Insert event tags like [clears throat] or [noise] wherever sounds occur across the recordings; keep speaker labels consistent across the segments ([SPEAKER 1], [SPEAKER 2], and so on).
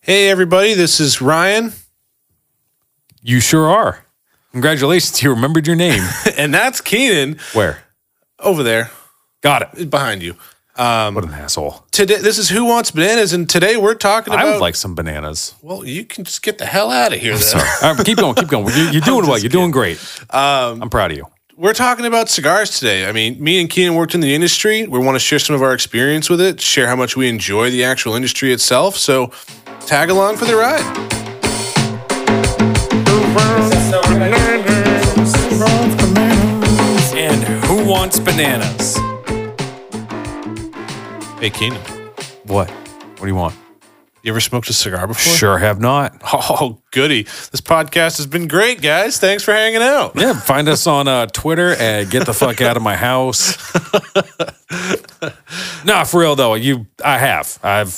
[SPEAKER 1] Hey, everybody, this is Ryan, [laughs]
[SPEAKER 2] You sure are. Congratulations, you remembered your [laughs] name.
[SPEAKER 1] and that's Keenan
[SPEAKER 2] Where?
[SPEAKER 1] over there
[SPEAKER 2] Got it.
[SPEAKER 1] behind you.
[SPEAKER 2] What an asshole.
[SPEAKER 1] Today, this is Who Wants Bananas, and today we're talking about.
[SPEAKER 2] I would like some bananas.
[SPEAKER 1] well, you can just get the hell out of here. Then.
[SPEAKER 2] Sorry. [laughs] All right, keep going. Keep going. You're, you're doing well. You're doing great. I'm proud of you.
[SPEAKER 1] We're talking about cigars today. I mean, me and Keenan worked in the industry. We want to share some of our experience with it, share how much we enjoy the actual industry itself. So tag along for the ride.
[SPEAKER 2] And who wants bananas?
[SPEAKER 1] Hey, Keenan,
[SPEAKER 2] What? What do you want?
[SPEAKER 1] you ever smoked a cigar before?
[SPEAKER 2] Sure have [laughs] not.
[SPEAKER 1] [laughs] Oh, goody. This podcast has been great, guys. Thanks for hanging out.
[SPEAKER 2] Yeah, find us on uh, Twitter at Get the Fuck Out of My [laughs] House. nah, for real though, you I have. I've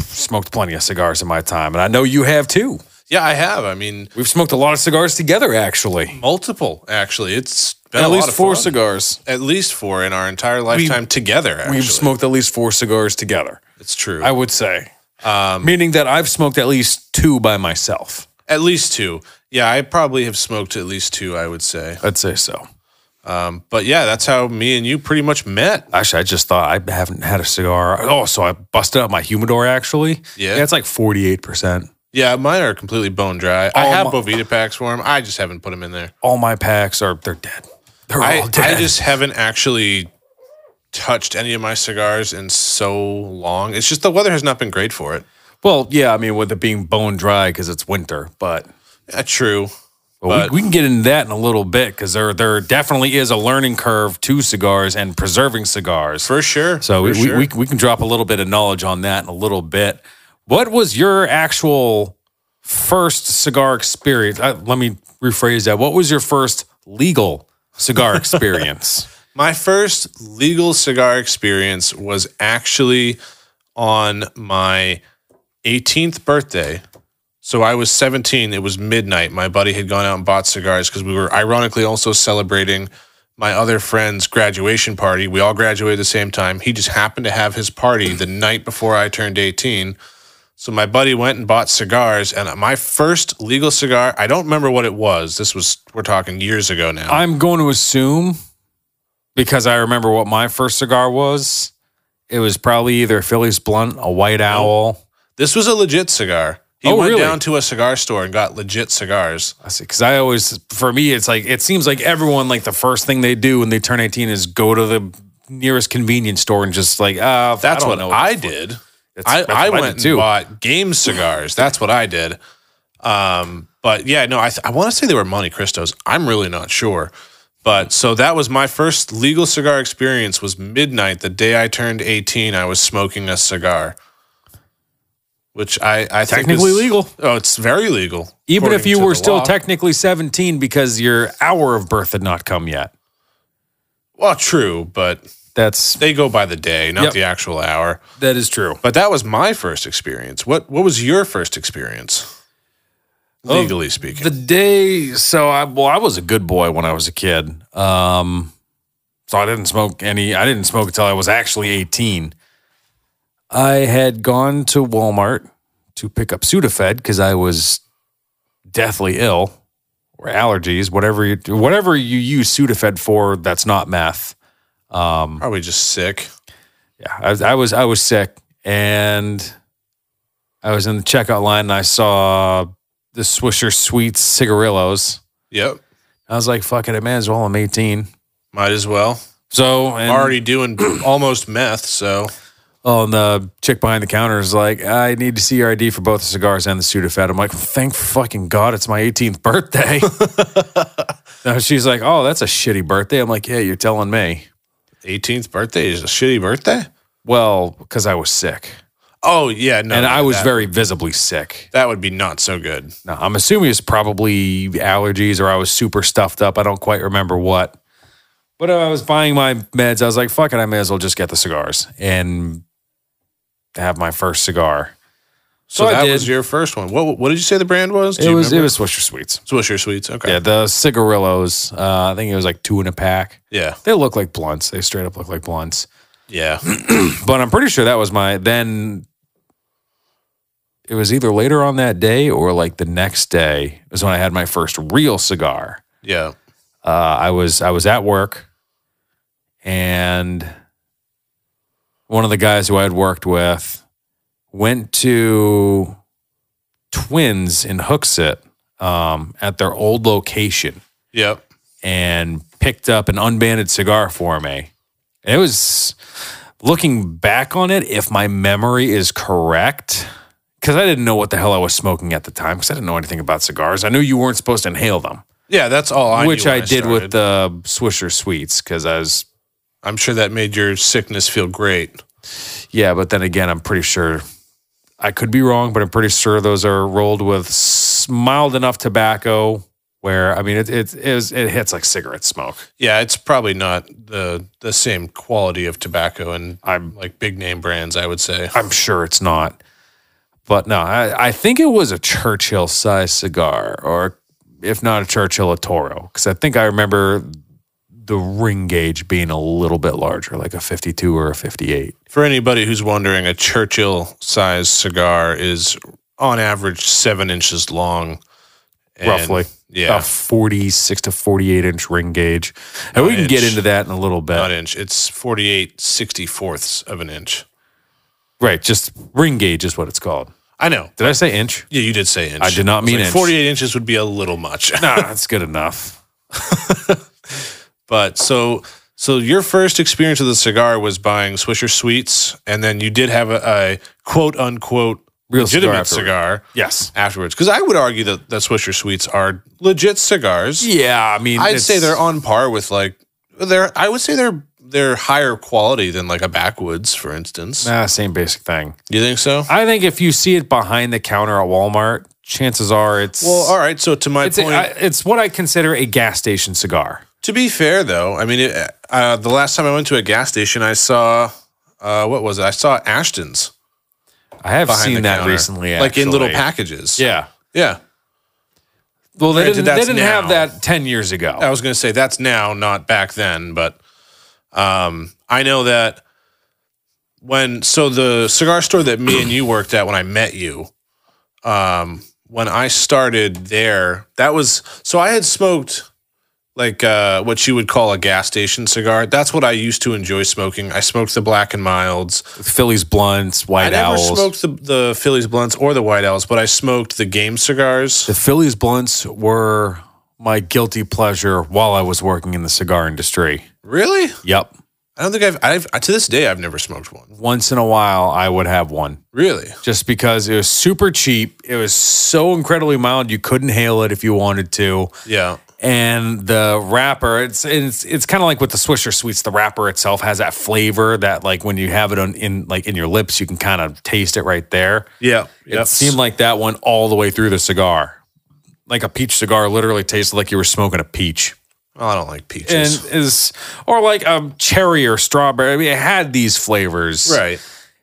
[SPEAKER 2] smoked plenty of cigars in my time, and I know you have too.
[SPEAKER 1] Yeah, I have. I mean,
[SPEAKER 2] We've smoked a lot of cigars together, actually.
[SPEAKER 1] multiple, actually. It's been a
[SPEAKER 2] At
[SPEAKER 1] lot
[SPEAKER 2] least
[SPEAKER 1] of
[SPEAKER 2] four
[SPEAKER 1] fun.
[SPEAKER 2] cigars.
[SPEAKER 1] At least four in our entire lifetime together, actually.
[SPEAKER 2] We've smoked at least four cigars together.
[SPEAKER 1] it's true.
[SPEAKER 2] I would say. Meaning that I've smoked at least two by myself.
[SPEAKER 1] at least two. Yeah, I probably have smoked at least two, I would say.
[SPEAKER 2] I'd say so.
[SPEAKER 1] But yeah, that's how me and you pretty much met.
[SPEAKER 2] Actually, I just thought I haven't had a cigar. Oh, so I busted out my humidor actually.
[SPEAKER 1] Yeah.
[SPEAKER 2] it's like 48%.
[SPEAKER 1] Yeah, mine are completely bone dry. I
[SPEAKER 2] All
[SPEAKER 1] have
[SPEAKER 2] my-
[SPEAKER 1] Bovita packs for them. I just haven't put them in there.
[SPEAKER 2] All my packs are, they're dead. They're
[SPEAKER 1] I,
[SPEAKER 2] all dead.
[SPEAKER 1] I just haven't actually touched any of my cigars in so long. It's just the weather has not been great for it.
[SPEAKER 2] well, yeah, I mean, with it being bone dry because it's winter, but.
[SPEAKER 1] Yeah, true.
[SPEAKER 2] Well, we-
[SPEAKER 1] But-
[SPEAKER 2] we, can get into that in a little bit because there there definitely is a learning curve to cigars and preserving cigars.
[SPEAKER 1] For sure.
[SPEAKER 2] So we,
[SPEAKER 1] For
[SPEAKER 2] we-
[SPEAKER 1] sure.
[SPEAKER 2] we, we can drop a little bit of knowledge on that in a little bit. What was your actual first cigar experience? Uh, let me rephrase that. What was your first legal
[SPEAKER 1] [laughs]
[SPEAKER 2] cigar experience?
[SPEAKER 1] My first legal cigar experience was actually on my 18th birthday. So I was 17. It was midnight. My buddy had gone out and bought cigars because we were ironically also celebrating my other friend's graduation party. We all graduated at the same time. He just happened to have his party the night before I turned 18. So my buddy went and bought cigars. And my first legal cigar, I don't remember what it was. This was, we're talking years ago now.
[SPEAKER 2] I'm going to assume because I remember what my first cigar was. It was probably either a Phillies Blunt, a
[SPEAKER 1] Oh.
[SPEAKER 2] White Owl.
[SPEAKER 1] This was a legit cigar. He
[SPEAKER 2] Oh,
[SPEAKER 1] went
[SPEAKER 2] really?
[SPEAKER 1] down to a cigar store and got legit cigars.
[SPEAKER 2] because I always, for me, it's like it seems like everyone like the first thing they do when they turn eighteen is go to the nearest convenience store and just like uh,
[SPEAKER 1] That's
[SPEAKER 2] I
[SPEAKER 1] what
[SPEAKER 2] don't know.
[SPEAKER 1] I did.
[SPEAKER 2] That's-
[SPEAKER 1] I,
[SPEAKER 2] that's
[SPEAKER 1] I
[SPEAKER 2] what
[SPEAKER 1] went
[SPEAKER 2] did
[SPEAKER 1] and bought game cigars. That's what I did. Um, but yeah, no, I, th- I want to say they were Monte Cristos. I'm really not sure. But so that was my first legal cigar experience was midnight. The day I turned 18, I was smoking a cigar, which I, I think
[SPEAKER 2] Technically
[SPEAKER 1] is-
[SPEAKER 2] legal.
[SPEAKER 1] Oh, it's very legal.
[SPEAKER 2] Even if
[SPEAKER 1] according
[SPEAKER 2] you
[SPEAKER 1] to
[SPEAKER 2] were
[SPEAKER 1] the
[SPEAKER 2] still
[SPEAKER 1] law.
[SPEAKER 2] technically 17 because your hour of birth had not come yet.
[SPEAKER 1] well, true, but
[SPEAKER 2] That's
[SPEAKER 1] they go by the day, not
[SPEAKER 2] Yep.
[SPEAKER 1] the actual hour.
[SPEAKER 2] that is true.
[SPEAKER 1] But that was my first experience. What what was your first experience? Legally speaking.
[SPEAKER 2] The day so I well I was a good boy when I was a kid. Um so I didn't smoke any I didn't smoke until I was actually 18. I had gone to Walmart to pick up Sudafed cuz I was deathly ill or allergies, whatever you whatever you use Sudafed for that's not meth. Um,
[SPEAKER 1] Probably just sick.
[SPEAKER 2] yeah, I was, I was I was sick, and I was in the checkout line, and I saw the Swisher Sweets cigarillos.
[SPEAKER 1] Yep.
[SPEAKER 2] I was like, "Fuck it, I may as well." I'm 18,
[SPEAKER 1] Might as well.
[SPEAKER 2] so and,
[SPEAKER 1] Already doing [clears throat] almost meth, so
[SPEAKER 2] Oh, and the chick behind the counter is like, "I need to see your ID for both the cigars and the Sudafed." I'm like, "Thank fucking god, it's my 18th
[SPEAKER 1] [laughs]
[SPEAKER 2] [laughs] birthday." And she's like, "Oh, that's a shitty birthday." I'm like, "Yeah, you're telling me."
[SPEAKER 1] 18th birthday is a shitty birthday.
[SPEAKER 2] Well, because I was sick,
[SPEAKER 1] Oh yeah, no.
[SPEAKER 2] and
[SPEAKER 1] no,
[SPEAKER 2] I was
[SPEAKER 1] that,
[SPEAKER 2] very visibly sick.
[SPEAKER 1] that would be not so good.
[SPEAKER 2] No, I'm assuming it's probably allergies or I was super stuffed up. I don't quite remember what. But uh, I was buying my meds. I was like, fuck it, I may as well just get the cigars and have my first cigar.
[SPEAKER 1] So,
[SPEAKER 2] So I
[SPEAKER 1] that
[SPEAKER 2] did.
[SPEAKER 1] was your first one. What what did you say the brand was? Do
[SPEAKER 2] it
[SPEAKER 1] you
[SPEAKER 2] was it
[SPEAKER 1] remember?
[SPEAKER 2] was Swisher Sweets.
[SPEAKER 1] Swisher Sweets. Okay.
[SPEAKER 2] Yeah, the cigarillos. Uh, I think it was like two in a pack.
[SPEAKER 1] Yeah.
[SPEAKER 2] They look like blunts. They straight up look like blunts.
[SPEAKER 1] Yeah.
[SPEAKER 2] But I'm pretty sure that was my then it was either later on that day or like the next day is when I had my first real cigar.
[SPEAKER 1] Yeah.
[SPEAKER 2] Uh, I was I was at work, and one of the guys who I had worked with went to Twins in Hooksett um, at their old location
[SPEAKER 1] Yep.
[SPEAKER 2] and picked up an unbanded cigar for me. And it was looking back on it, if my memory is correct, because I didn't know what the hell I was smoking at the time, because I didn't know anything about cigars. I knew you weren't supposed to inhale them,
[SPEAKER 1] Yeah, that's all I knew
[SPEAKER 2] which
[SPEAKER 1] when
[SPEAKER 2] I, did
[SPEAKER 1] started.
[SPEAKER 2] with the um, Swisher Sweets, because I was,
[SPEAKER 1] I'm sure that made your sickness feel great.
[SPEAKER 2] yeah, but then again, I'm pretty sure. I could be wrong, but I'm pretty sure those are rolled with s- mild enough tobacco where, I mean, it, it, it, was, it hits like cigarette smoke.
[SPEAKER 1] Yeah, it's probably not the the same quality of tobacco and
[SPEAKER 2] I'm-
[SPEAKER 1] like big name brands, I would say.
[SPEAKER 2] I'm sure it's not. But no, I, I think it was a Churchill size cigar, or if not a Churchill, a Toro. Because I think I remember the ring gauge being a little bit larger, like a 52 or a 58.
[SPEAKER 1] For anybody who's wondering, a Churchill size cigar is on average seven inches long. and-
[SPEAKER 2] Roughly.
[SPEAKER 1] Yeah.
[SPEAKER 2] A 46 to 48 inch ring gauge. And we can get
[SPEAKER 1] inch.
[SPEAKER 2] into that in a little bit.
[SPEAKER 1] Not inch. It's 48 64ths of an inch.
[SPEAKER 2] Right. Just ring gauge is what it's called.
[SPEAKER 1] I know.
[SPEAKER 2] Did I say inch?
[SPEAKER 1] Yeah, you did say inch.
[SPEAKER 2] I did not
[SPEAKER 1] was
[SPEAKER 2] mean
[SPEAKER 1] like,
[SPEAKER 2] inch.
[SPEAKER 1] 48 inches would be a little much. [laughs]
[SPEAKER 2] Nah, that's good enough.
[SPEAKER 1] But so so your first experience with a cigar was buying Swisher Sweets, and then you did have a, a quote unquote
[SPEAKER 2] Real cigar
[SPEAKER 1] legitimate
[SPEAKER 2] afterward.
[SPEAKER 1] cigar
[SPEAKER 2] Yes.
[SPEAKER 1] afterwards. Because I would argue that, that Swisher Sweets are legit cigars.
[SPEAKER 2] Yeah. I mean,
[SPEAKER 1] I'd
[SPEAKER 2] it's-
[SPEAKER 1] say they're on par with like they're I would say they're they're higher quality than like a backwoods, for instance.
[SPEAKER 2] Nah, Ah, same basic thing.
[SPEAKER 1] You think so?
[SPEAKER 2] I think if you see it behind the counter at Walmart, chances are it's
[SPEAKER 1] Well, all right. So to my
[SPEAKER 2] it's, a-
[SPEAKER 1] point,
[SPEAKER 2] I- it's what I consider a gas station cigar.
[SPEAKER 1] To be fair, though, I mean, it, uh, the last time I went to a gas station, I saw uh, what was it? I saw Ashton's
[SPEAKER 2] I have
[SPEAKER 1] behind
[SPEAKER 2] seen
[SPEAKER 1] the
[SPEAKER 2] that
[SPEAKER 1] counter,
[SPEAKER 2] recently,
[SPEAKER 1] like in little
[SPEAKER 2] actually.
[SPEAKER 1] packages.
[SPEAKER 2] Yeah.
[SPEAKER 1] yeah.
[SPEAKER 2] Well, they
[SPEAKER 1] Granted,
[SPEAKER 2] didn't, they
[SPEAKER 1] that's
[SPEAKER 2] didn't
[SPEAKER 1] now. Oh.
[SPEAKER 2] have that ten years ago.
[SPEAKER 1] I was going to say that's now, not back then, but um, I know that when so the cigar store that me and you worked at when I met you, um, when I started there, that was so I had smoked like uh, what you would call a gas station cigar. That's what I used to enjoy smoking. I smoked the Black and Milds.
[SPEAKER 2] Phillies blunts,
[SPEAKER 1] I
[SPEAKER 2] white
[SPEAKER 1] never
[SPEAKER 2] owls.
[SPEAKER 1] smoked the, the Phillies blunts or the White Owls, but I smoked the game cigars.
[SPEAKER 2] the Phillies blunts were my guilty pleasure while I was working in the cigar industry.
[SPEAKER 1] Really?
[SPEAKER 2] Yep.
[SPEAKER 1] I don't think I've, I've to this day I've never smoked one.
[SPEAKER 2] Once in a while, I would have one.
[SPEAKER 1] Really?
[SPEAKER 2] just because it was super cheap. It was so incredibly mild you couldn't hail it if you wanted to.
[SPEAKER 1] Yeah.
[SPEAKER 2] And the wrapper, it's it's it's kind of like with the Swisher Sweets. The wrapper itself has that flavor that like when you have it on in like in your lips, you can kind of taste it right there.
[SPEAKER 1] Yeah.
[SPEAKER 2] It
[SPEAKER 1] oh,
[SPEAKER 2] seemed like that one all the way through the cigar. Like a peach cigar literally tasted like you were smoking a peach.
[SPEAKER 1] Oh, I don't like
[SPEAKER 2] And
[SPEAKER 1] peaches.
[SPEAKER 2] is or like a cherry or strawberry. I mean, it had these flavors.
[SPEAKER 1] [laughs] right.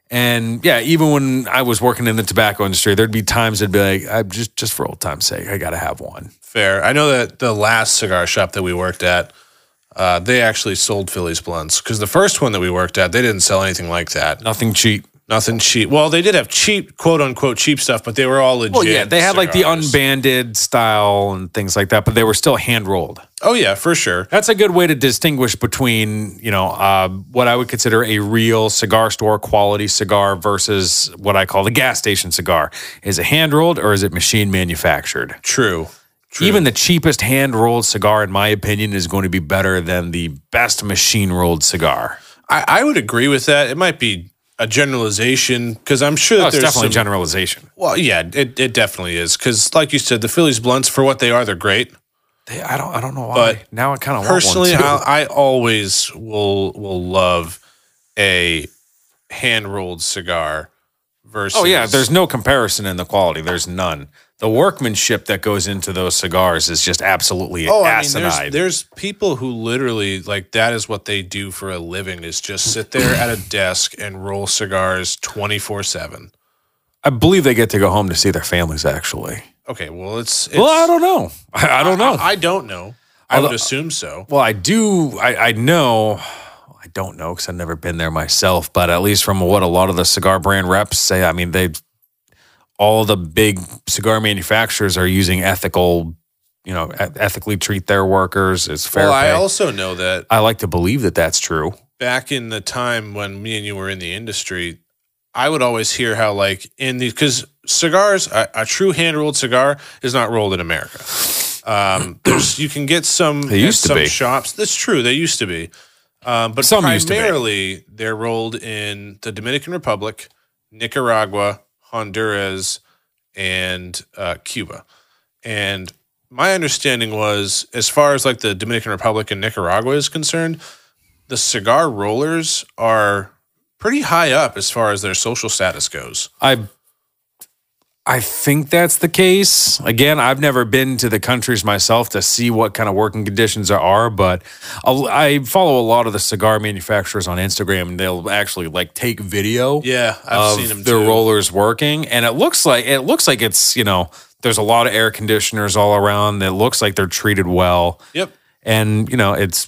[SPEAKER 2] And yeah, even when I was working in the tobacco industry, there'd be times I'd be like, I just just for old time's sake, I gotta have one.
[SPEAKER 1] Fair. I know that the last cigar shop that we worked at, uh, they actually sold Phillies blunts because the first one that we worked at, they didn't sell anything like that.
[SPEAKER 2] Nothing cheap.
[SPEAKER 1] Nothing cheap. Well, they did have cheap, quote unquote, cheap stuff, but they were all legit.
[SPEAKER 2] Well, Oh, yeah, they had like the
[SPEAKER 1] cigars.
[SPEAKER 2] unbanded style and things like that, but they were still hand rolled.
[SPEAKER 1] Oh yeah, for sure.
[SPEAKER 2] That's a good way to distinguish between you know uh, what I would consider a real cigar store quality cigar versus what I call the gas station cigar. Is it hand rolled or is it machine manufactured?
[SPEAKER 1] True. True.
[SPEAKER 2] Even the cheapest hand rolled cigar, in my opinion, is going to be better than the best machine rolled cigar.
[SPEAKER 1] I, I would agree with that. It might be a generalization because I'm sure that
[SPEAKER 2] Oh, it's
[SPEAKER 1] there's
[SPEAKER 2] definitely
[SPEAKER 1] some.
[SPEAKER 2] generalization.
[SPEAKER 1] well, yeah, it, it definitely is because, like you said, the Phillies blunts for what they are, they're great.
[SPEAKER 2] They, I don't. I don't know why.
[SPEAKER 1] But
[SPEAKER 2] now I kind of
[SPEAKER 1] Personally,
[SPEAKER 2] want one too.
[SPEAKER 1] I, I always will will love a hand rolled cigar versus.
[SPEAKER 2] oh yeah, there's no comparison in the quality. There's none. The workmanship that goes into those cigars is just absolutely
[SPEAKER 1] Oh, I mean, there's,
[SPEAKER 2] asinine.
[SPEAKER 1] there's people who literally like that is what they do for a living is just sit there at a desk and roll cigars twenty four seven.
[SPEAKER 2] I believe they get to go home to see their families. Actually,
[SPEAKER 1] Okay, well, it's, it's
[SPEAKER 2] well, I don't know. I, I don't know.
[SPEAKER 1] I don't know. I would
[SPEAKER 2] Although-
[SPEAKER 1] assume so.
[SPEAKER 2] well, I do. I, I know. I don't know because I've never been there myself. But at least from what a lot of the cigar brand reps say, I mean, they all the big cigar manufacturers are using ethical, you know, e- ethically treat their workers. It's fair
[SPEAKER 1] Well, I
[SPEAKER 2] pay.
[SPEAKER 1] also know that
[SPEAKER 2] I like to believe that that's true.
[SPEAKER 1] back in the time when me and you were in the industry, I would always hear how like in the because cigars, a, a true hand rolled cigar is not rolled in America. Um, there's you can get some
[SPEAKER 2] They used
[SPEAKER 1] at
[SPEAKER 2] to
[SPEAKER 1] some
[SPEAKER 2] be.
[SPEAKER 1] shops. That's true. They used to be, um, but
[SPEAKER 2] Some used to be.
[SPEAKER 1] primarily they're rolled in the Dominican Republic, Nicaragua, Honduras, and uh, Cuba. And my understanding was, as far as like the Dominican Republic and Nicaragua is concerned, the cigar rollers are pretty high up as far as their social status goes.
[SPEAKER 2] I I think that's the case. Again, I've never been to the countries myself to see what kind of working conditions there are, but I'll- I follow a lot of the cigar manufacturers on Instagram, and they'll actually like take video
[SPEAKER 1] Yeah,
[SPEAKER 2] of
[SPEAKER 1] I've seen them
[SPEAKER 2] their
[SPEAKER 1] too.
[SPEAKER 2] rollers working, and it looks like it looks like it's you know there's a lot of air conditioners all around. It looks like they're treated well.
[SPEAKER 1] Yep.
[SPEAKER 2] And, you know, it's,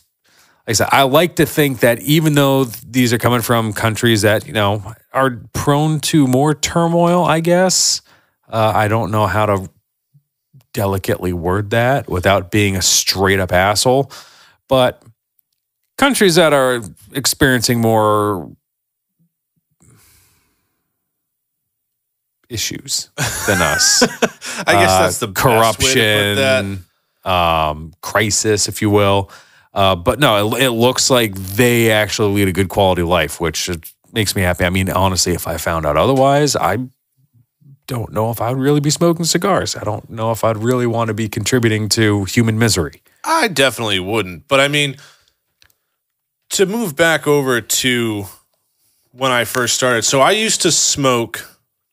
[SPEAKER 2] like I said, I like to think that even though th- these are coming from countries that, you know, are prone to more turmoil, I guess, uh, I don't know how to delicately word that without being a straight up asshole. But countries that are experiencing more issues than us.
[SPEAKER 1] [laughs] I guess
[SPEAKER 2] uh,
[SPEAKER 1] that's the corruption.
[SPEAKER 2] corruption, um, crisis, if you will. Uh, but no, it, it looks like they actually lead a good quality life, which it makes me happy. I mean, honestly, if I found out otherwise, I don't know if I'd really be smoking cigars. I don't know if I'd really want to be contributing to human misery.
[SPEAKER 1] I definitely wouldn't. But I mean, to move back over to when I first started, so I used to smoke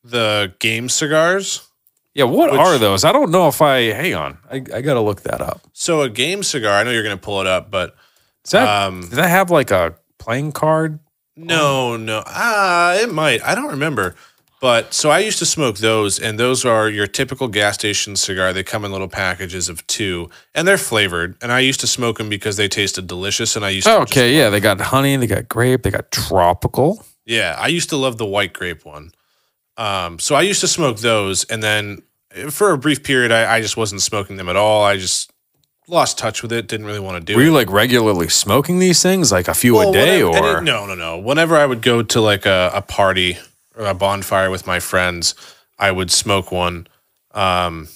[SPEAKER 1] the game cigars.
[SPEAKER 2] Yeah, what
[SPEAKER 1] Which-
[SPEAKER 2] are those? I don't know if I. Hang on, I, I got to look that up.
[SPEAKER 1] So a game cigar, I know you're going to pull it up, but
[SPEAKER 2] Does that,
[SPEAKER 1] Um,
[SPEAKER 2] does that have like a playing card?
[SPEAKER 1] No, no. Ah, it might. I don't remember. But so I used to smoke those, and those are your typical gas station cigar. They come in little packages of two, and they're flavored. And I used to smoke them because they tasted delicious. And I used to just-
[SPEAKER 2] Oh, okay, yeah, they got honey, they got grape, they got tropical.
[SPEAKER 1] yeah, I used to love the white grape one. Um, so I used to smoke those, and then eh, for a brief period, I, I just wasn't smoking them at all. I just lost touch with it. Didn't really want to do
[SPEAKER 2] Were
[SPEAKER 1] it.
[SPEAKER 2] you like regularly smoking these things, like a few a
[SPEAKER 1] Well,
[SPEAKER 2] day,
[SPEAKER 1] whenever-
[SPEAKER 2] or
[SPEAKER 1] any- no, no, no. Whenever I would go to like a, a party or a bonfire with my friends, I would smoke one. Um,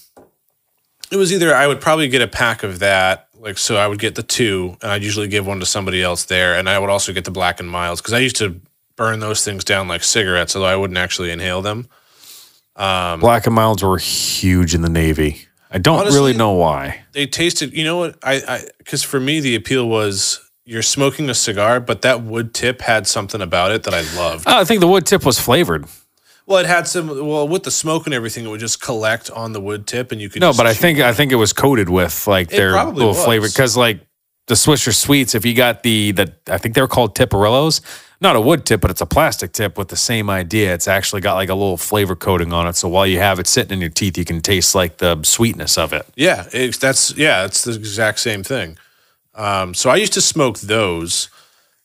[SPEAKER 1] it was either I would probably get a pack of that, like so I would get the two, and I'd usually give one to somebody else there, and I would also get the black and miles because I used to burn those things down like cigarettes, although I wouldn't actually inhale them.
[SPEAKER 2] black and milds were huge in the Navy? I don't
[SPEAKER 1] Honestly-
[SPEAKER 2] really know why.
[SPEAKER 1] They tasted, you know what? I because for me the appeal was you're smoking a cigar, but that wood tip had something about it that I loved.
[SPEAKER 2] Oh, I think the wood tip was flavored.
[SPEAKER 1] Well, it had some. Well, with the smoke and everything, it would just collect on the wood tip, and you could.
[SPEAKER 2] No,
[SPEAKER 1] just
[SPEAKER 2] but I
[SPEAKER 1] chew-
[SPEAKER 2] think I think it was coated with like
[SPEAKER 1] It
[SPEAKER 2] their
[SPEAKER 1] probably
[SPEAKER 2] little
[SPEAKER 1] was.
[SPEAKER 2] flavor because like the Swisher sweets. If you got the the I think they're called tipperillos, not a wood tip, but it's a plastic tip with the same idea. It's actually got like a little flavor coating on it. So while you have it sitting in your teeth, you can taste like the sweetness of it.
[SPEAKER 1] yeah, it's that's yeah, it's the exact same thing. Um, so I used to smoke those,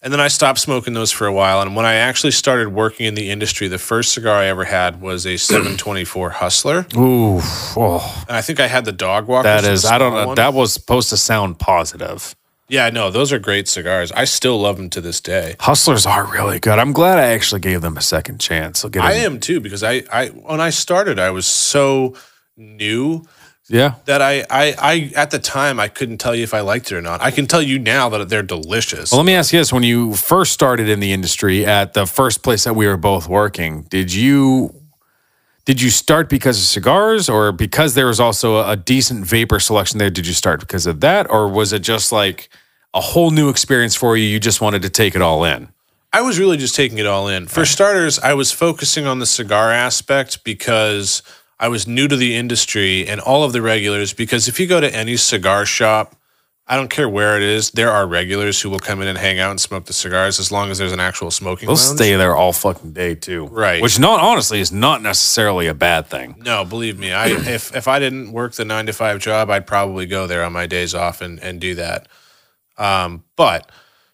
[SPEAKER 1] and then I stopped smoking those for a while. And when I actually started working in the industry, the first cigar I ever had was
[SPEAKER 2] [clears throat]
[SPEAKER 1] a 724 Hustler, and
[SPEAKER 2] Ooh, oh,
[SPEAKER 1] I think I had the Dog Walker.
[SPEAKER 2] that
[SPEAKER 1] which
[SPEAKER 2] is
[SPEAKER 1] the
[SPEAKER 2] I don't
[SPEAKER 1] small
[SPEAKER 2] know.
[SPEAKER 1] one.
[SPEAKER 2] That was supposed to sound positive.
[SPEAKER 1] yeah, no, those are great cigars. I still love them to this day.
[SPEAKER 2] Hustlers are really good. I'm glad I actually gave them a second chance. I'll get
[SPEAKER 1] I
[SPEAKER 2] in-
[SPEAKER 1] am too because I, I when I started, I was so new
[SPEAKER 2] Yeah.
[SPEAKER 1] that I, I, I, at the time, I couldn't tell you if I liked it or not. I can tell you now that they're delicious.
[SPEAKER 2] Well, let me ask you this: When you first started in the industry, at the first place that we were both working, did you did you start because of cigars, or because there was also a, a decent vapor selection there? Did you start because of that, or was it just like a whole new experience for you? You just wanted to take it all in.
[SPEAKER 1] I was really just taking it all in. For starters, I was focusing on the cigar aspect because I was new to the industry and all of the regulars. Because if you go to any cigar shop, I don't care where it is, there are regulars who will come in and hang out and smoke the cigars as long as there's an actual smoking
[SPEAKER 2] They'll
[SPEAKER 1] lounge.
[SPEAKER 2] stay there all fucking day too,
[SPEAKER 1] Right.
[SPEAKER 2] Which, not honestly, is not necessarily a bad thing.
[SPEAKER 1] No, believe me,
[SPEAKER 2] [clears throat]
[SPEAKER 1] I if if I didn't work the nine to five job, I'd probably go there on my days off and and do that. Um, but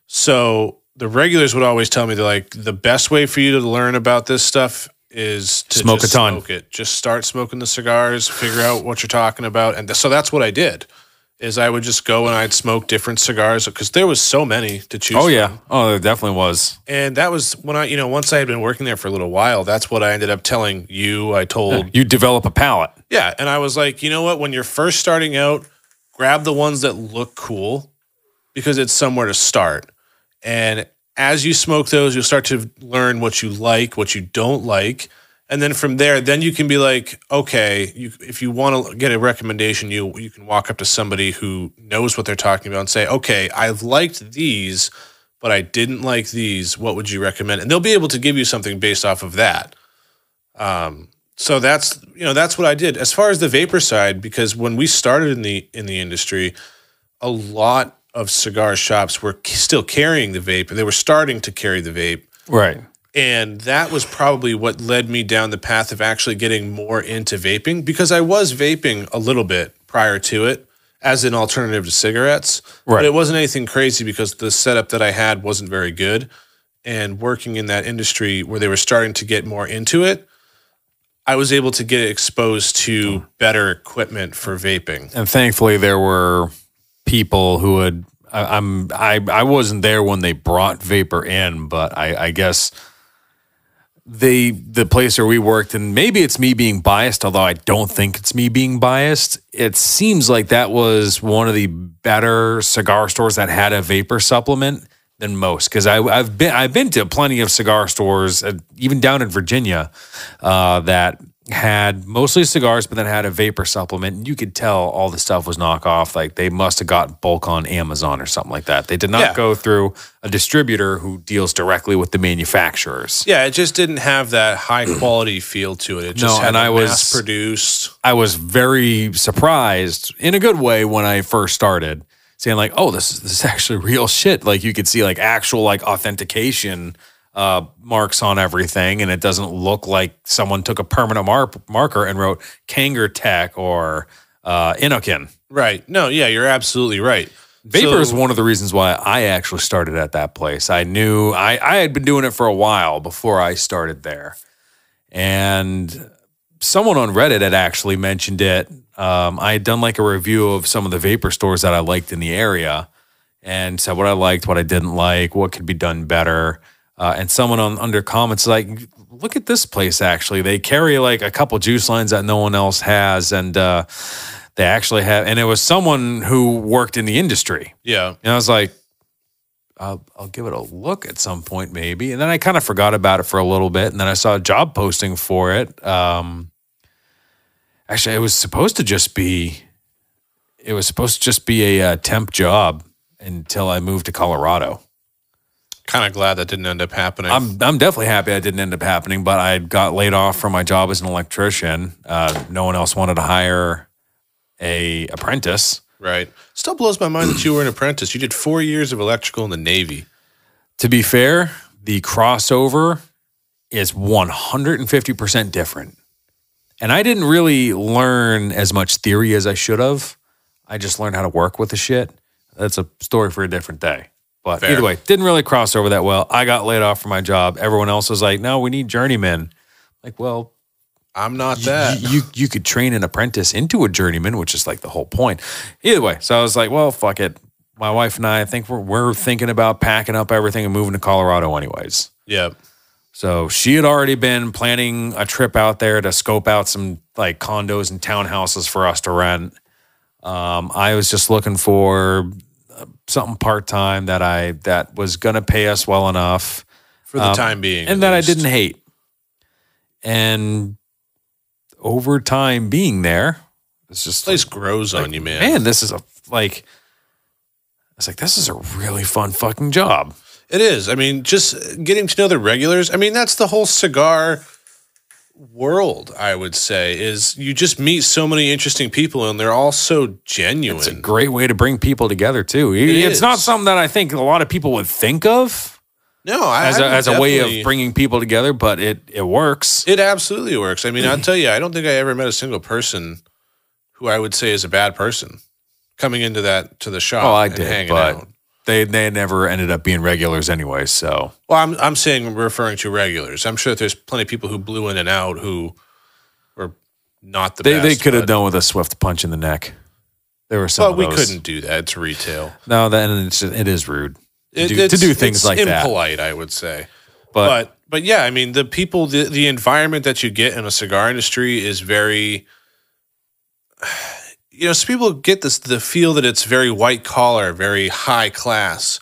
[SPEAKER 1] so the regulars would always tell me they're like the best way for you to learn about this stuff is to
[SPEAKER 2] Smoke a
[SPEAKER 1] just
[SPEAKER 2] ton.
[SPEAKER 1] Smoke it. Just start smoking the cigars. Figure out what you're talking about, and th- so that's what I did. Is I would just go and I'd smoke different cigars because there was so many to choose.
[SPEAKER 2] Oh
[SPEAKER 1] from.
[SPEAKER 2] yeah. Oh, it definitely was.
[SPEAKER 1] and that was when I, you know, once I had been working there for a little while, that's what I ended up telling you. I told
[SPEAKER 2] You develop a palate.
[SPEAKER 1] Yeah. And I was like, you know what? When you're first starting out, grab the ones that look cool because it's somewhere to start. And as you smoke those, you'll start to learn what you like, what you don't like. And then from there, then you can be like, okay, you, if you want to get a recommendation, you you can walk up to somebody who knows what they're talking about and say, okay, I've liked these, but I didn't like these. What would you recommend? And they'll be able to give you something based off of that. Um, so that's you know that's what I did as far as the vapor side because when we started in the in the industry, a lot of cigar shops were c- still carrying the vape. They were starting to carry the vape,
[SPEAKER 2] Right.
[SPEAKER 1] and that was probably what led me down the path of actually getting more into vaping because I was vaping a little bit prior to it as an alternative to cigarettes.
[SPEAKER 2] Right.
[SPEAKER 1] But it wasn't anything crazy because the setup that I had wasn't very good. And working in that industry where they were starting to get more into it, I was able to get exposed to better equipment for vaping.
[SPEAKER 2] and thankfully there were people who had I, I'm I I wasn't there when they brought vapor in, but I, I guess they the place where we worked and maybe it's me being biased, although I don't think it's me being biased. It seems like that was one of the better cigar stores that had a vapor supplement than most because I've been I've been to plenty of cigar stores, uh, even down in Virginia, uh, that had mostly cigars, but then had a vapor supplement. And you could tell all the stuff was knockoff. Like they must have got bulk on Amazon or something like that. They did not
[SPEAKER 1] Yeah.
[SPEAKER 2] go through a distributor who deals directly with the manufacturers.
[SPEAKER 1] Yeah, it just didn't have that
[SPEAKER 2] [clears throat]
[SPEAKER 1] high quality feel to it. It just
[SPEAKER 2] No,
[SPEAKER 1] had
[SPEAKER 2] and I was-
[SPEAKER 1] mass produced.
[SPEAKER 2] I was very surprised in a good way when I first started, saying like, "Oh, this is this is actually real shit." Like you could see like actual like authentication uh, marks on everything, and it doesn't look like someone took a permanent mar- marker and wrote Kanger Tech or uh, Inokin.
[SPEAKER 1] Right. No, yeah, you're absolutely right.
[SPEAKER 2] Vapor
[SPEAKER 1] So-
[SPEAKER 2] is one of the reasons why I actually started at that place. I knew I, I had been doing it for a while before I started there. And someone on Reddit had actually mentioned it. Um, I had done like a review of some of the vapor stores that I liked in the area and said what I liked, what I didn't like, what could be done better. Uh, and someone on under comments like, look at this place. Actually, they carry like a couple juice lines that no one else has, and uh, they actually have. And it was someone who worked in the industry,
[SPEAKER 1] Yeah.
[SPEAKER 2] and I was like, I'll, I'll give it a look at some point, maybe. And then I kind of forgot about it for a little bit. And then I saw a job posting for it. Um, actually, it was supposed to just be, it was supposed to just be a uh, temp job until I moved to Colorado.
[SPEAKER 1] Kind of glad that didn't end up happening.
[SPEAKER 2] I'm, I'm definitely happy that didn't end up happening, but I got laid off from my job as an electrician. Uh, no one else wanted to hire a apprentice.
[SPEAKER 1] right. Still blows my mind that you were an apprentice. You did four years of electrical in the Navy.
[SPEAKER 2] To be fair, the crossover is 150% different. And I didn't really learn as much theory as I should have. I just learned how to work with the shit. That's a story for a different day. But
[SPEAKER 1] Fair.
[SPEAKER 2] either way, didn't really cross over that well. I got laid off from my job. Everyone else was like, no, we need journeymen. Like, well,
[SPEAKER 1] I'm not
[SPEAKER 2] you-
[SPEAKER 1] that.
[SPEAKER 2] You, you could train an apprentice into a journeyman, which is like the whole point. Either way, so I was like, well, fuck it. My wife and I, I think we're we're thinking about packing up everything and moving to Colorado, anyways.
[SPEAKER 1] yeah.
[SPEAKER 2] So she had already been planning a trip out there to scope out some like condos and townhouses for us to rent. Um, I was just looking for uh, something part time that I that was gonna pay us well enough
[SPEAKER 1] For the time being. at
[SPEAKER 2] Um, and that I
[SPEAKER 1] least.
[SPEAKER 2] didn't hate. And over time being there, it's just
[SPEAKER 1] Place grows on you,
[SPEAKER 2] like,
[SPEAKER 1] man.
[SPEAKER 2] man, this is a like it's like this is a really fun fucking job.
[SPEAKER 1] It is. I mean, just getting to know the regulars. I mean, that's the whole cigar world, I would say, is you just meet so many interesting people and they're all so genuine.
[SPEAKER 2] It's a great way to bring people together too. it's
[SPEAKER 1] is.
[SPEAKER 2] not something that I think a lot of people would think of
[SPEAKER 1] no, I,
[SPEAKER 2] as a,
[SPEAKER 1] I
[SPEAKER 2] as a way
[SPEAKER 1] definitely-
[SPEAKER 2] of bringing people together, but it it works.
[SPEAKER 1] It absolutely works. I mean, I'll tell you, I don't think I ever met a single person who I would say is a bad person coming into that to the shop.
[SPEAKER 2] Oh, I
[SPEAKER 1] and
[SPEAKER 2] did,
[SPEAKER 1] hanging
[SPEAKER 2] but-
[SPEAKER 1] out.
[SPEAKER 2] They they never ended up being regulars anyway. So
[SPEAKER 1] Well, I'm I'm saying referring to regulars. I'm sure there's plenty of people who blew in and out who were not the
[SPEAKER 2] they
[SPEAKER 1] best.
[SPEAKER 2] they could have
[SPEAKER 1] but-
[SPEAKER 2] done with a swift punch in the neck. There were some.
[SPEAKER 1] But
[SPEAKER 2] of
[SPEAKER 1] we
[SPEAKER 2] those.
[SPEAKER 1] couldn't do that. It's retail.
[SPEAKER 2] No, then it's it is rude to,
[SPEAKER 1] It-
[SPEAKER 2] do, to
[SPEAKER 1] it's-
[SPEAKER 2] do things
[SPEAKER 1] it's
[SPEAKER 2] like that.
[SPEAKER 1] Impolite, I would say.
[SPEAKER 2] But,
[SPEAKER 1] but but yeah, I mean the people, the, the environment that you get in a cigar industry is very, [sighs] you know, so people get this the feel that it's very white collar, very high class.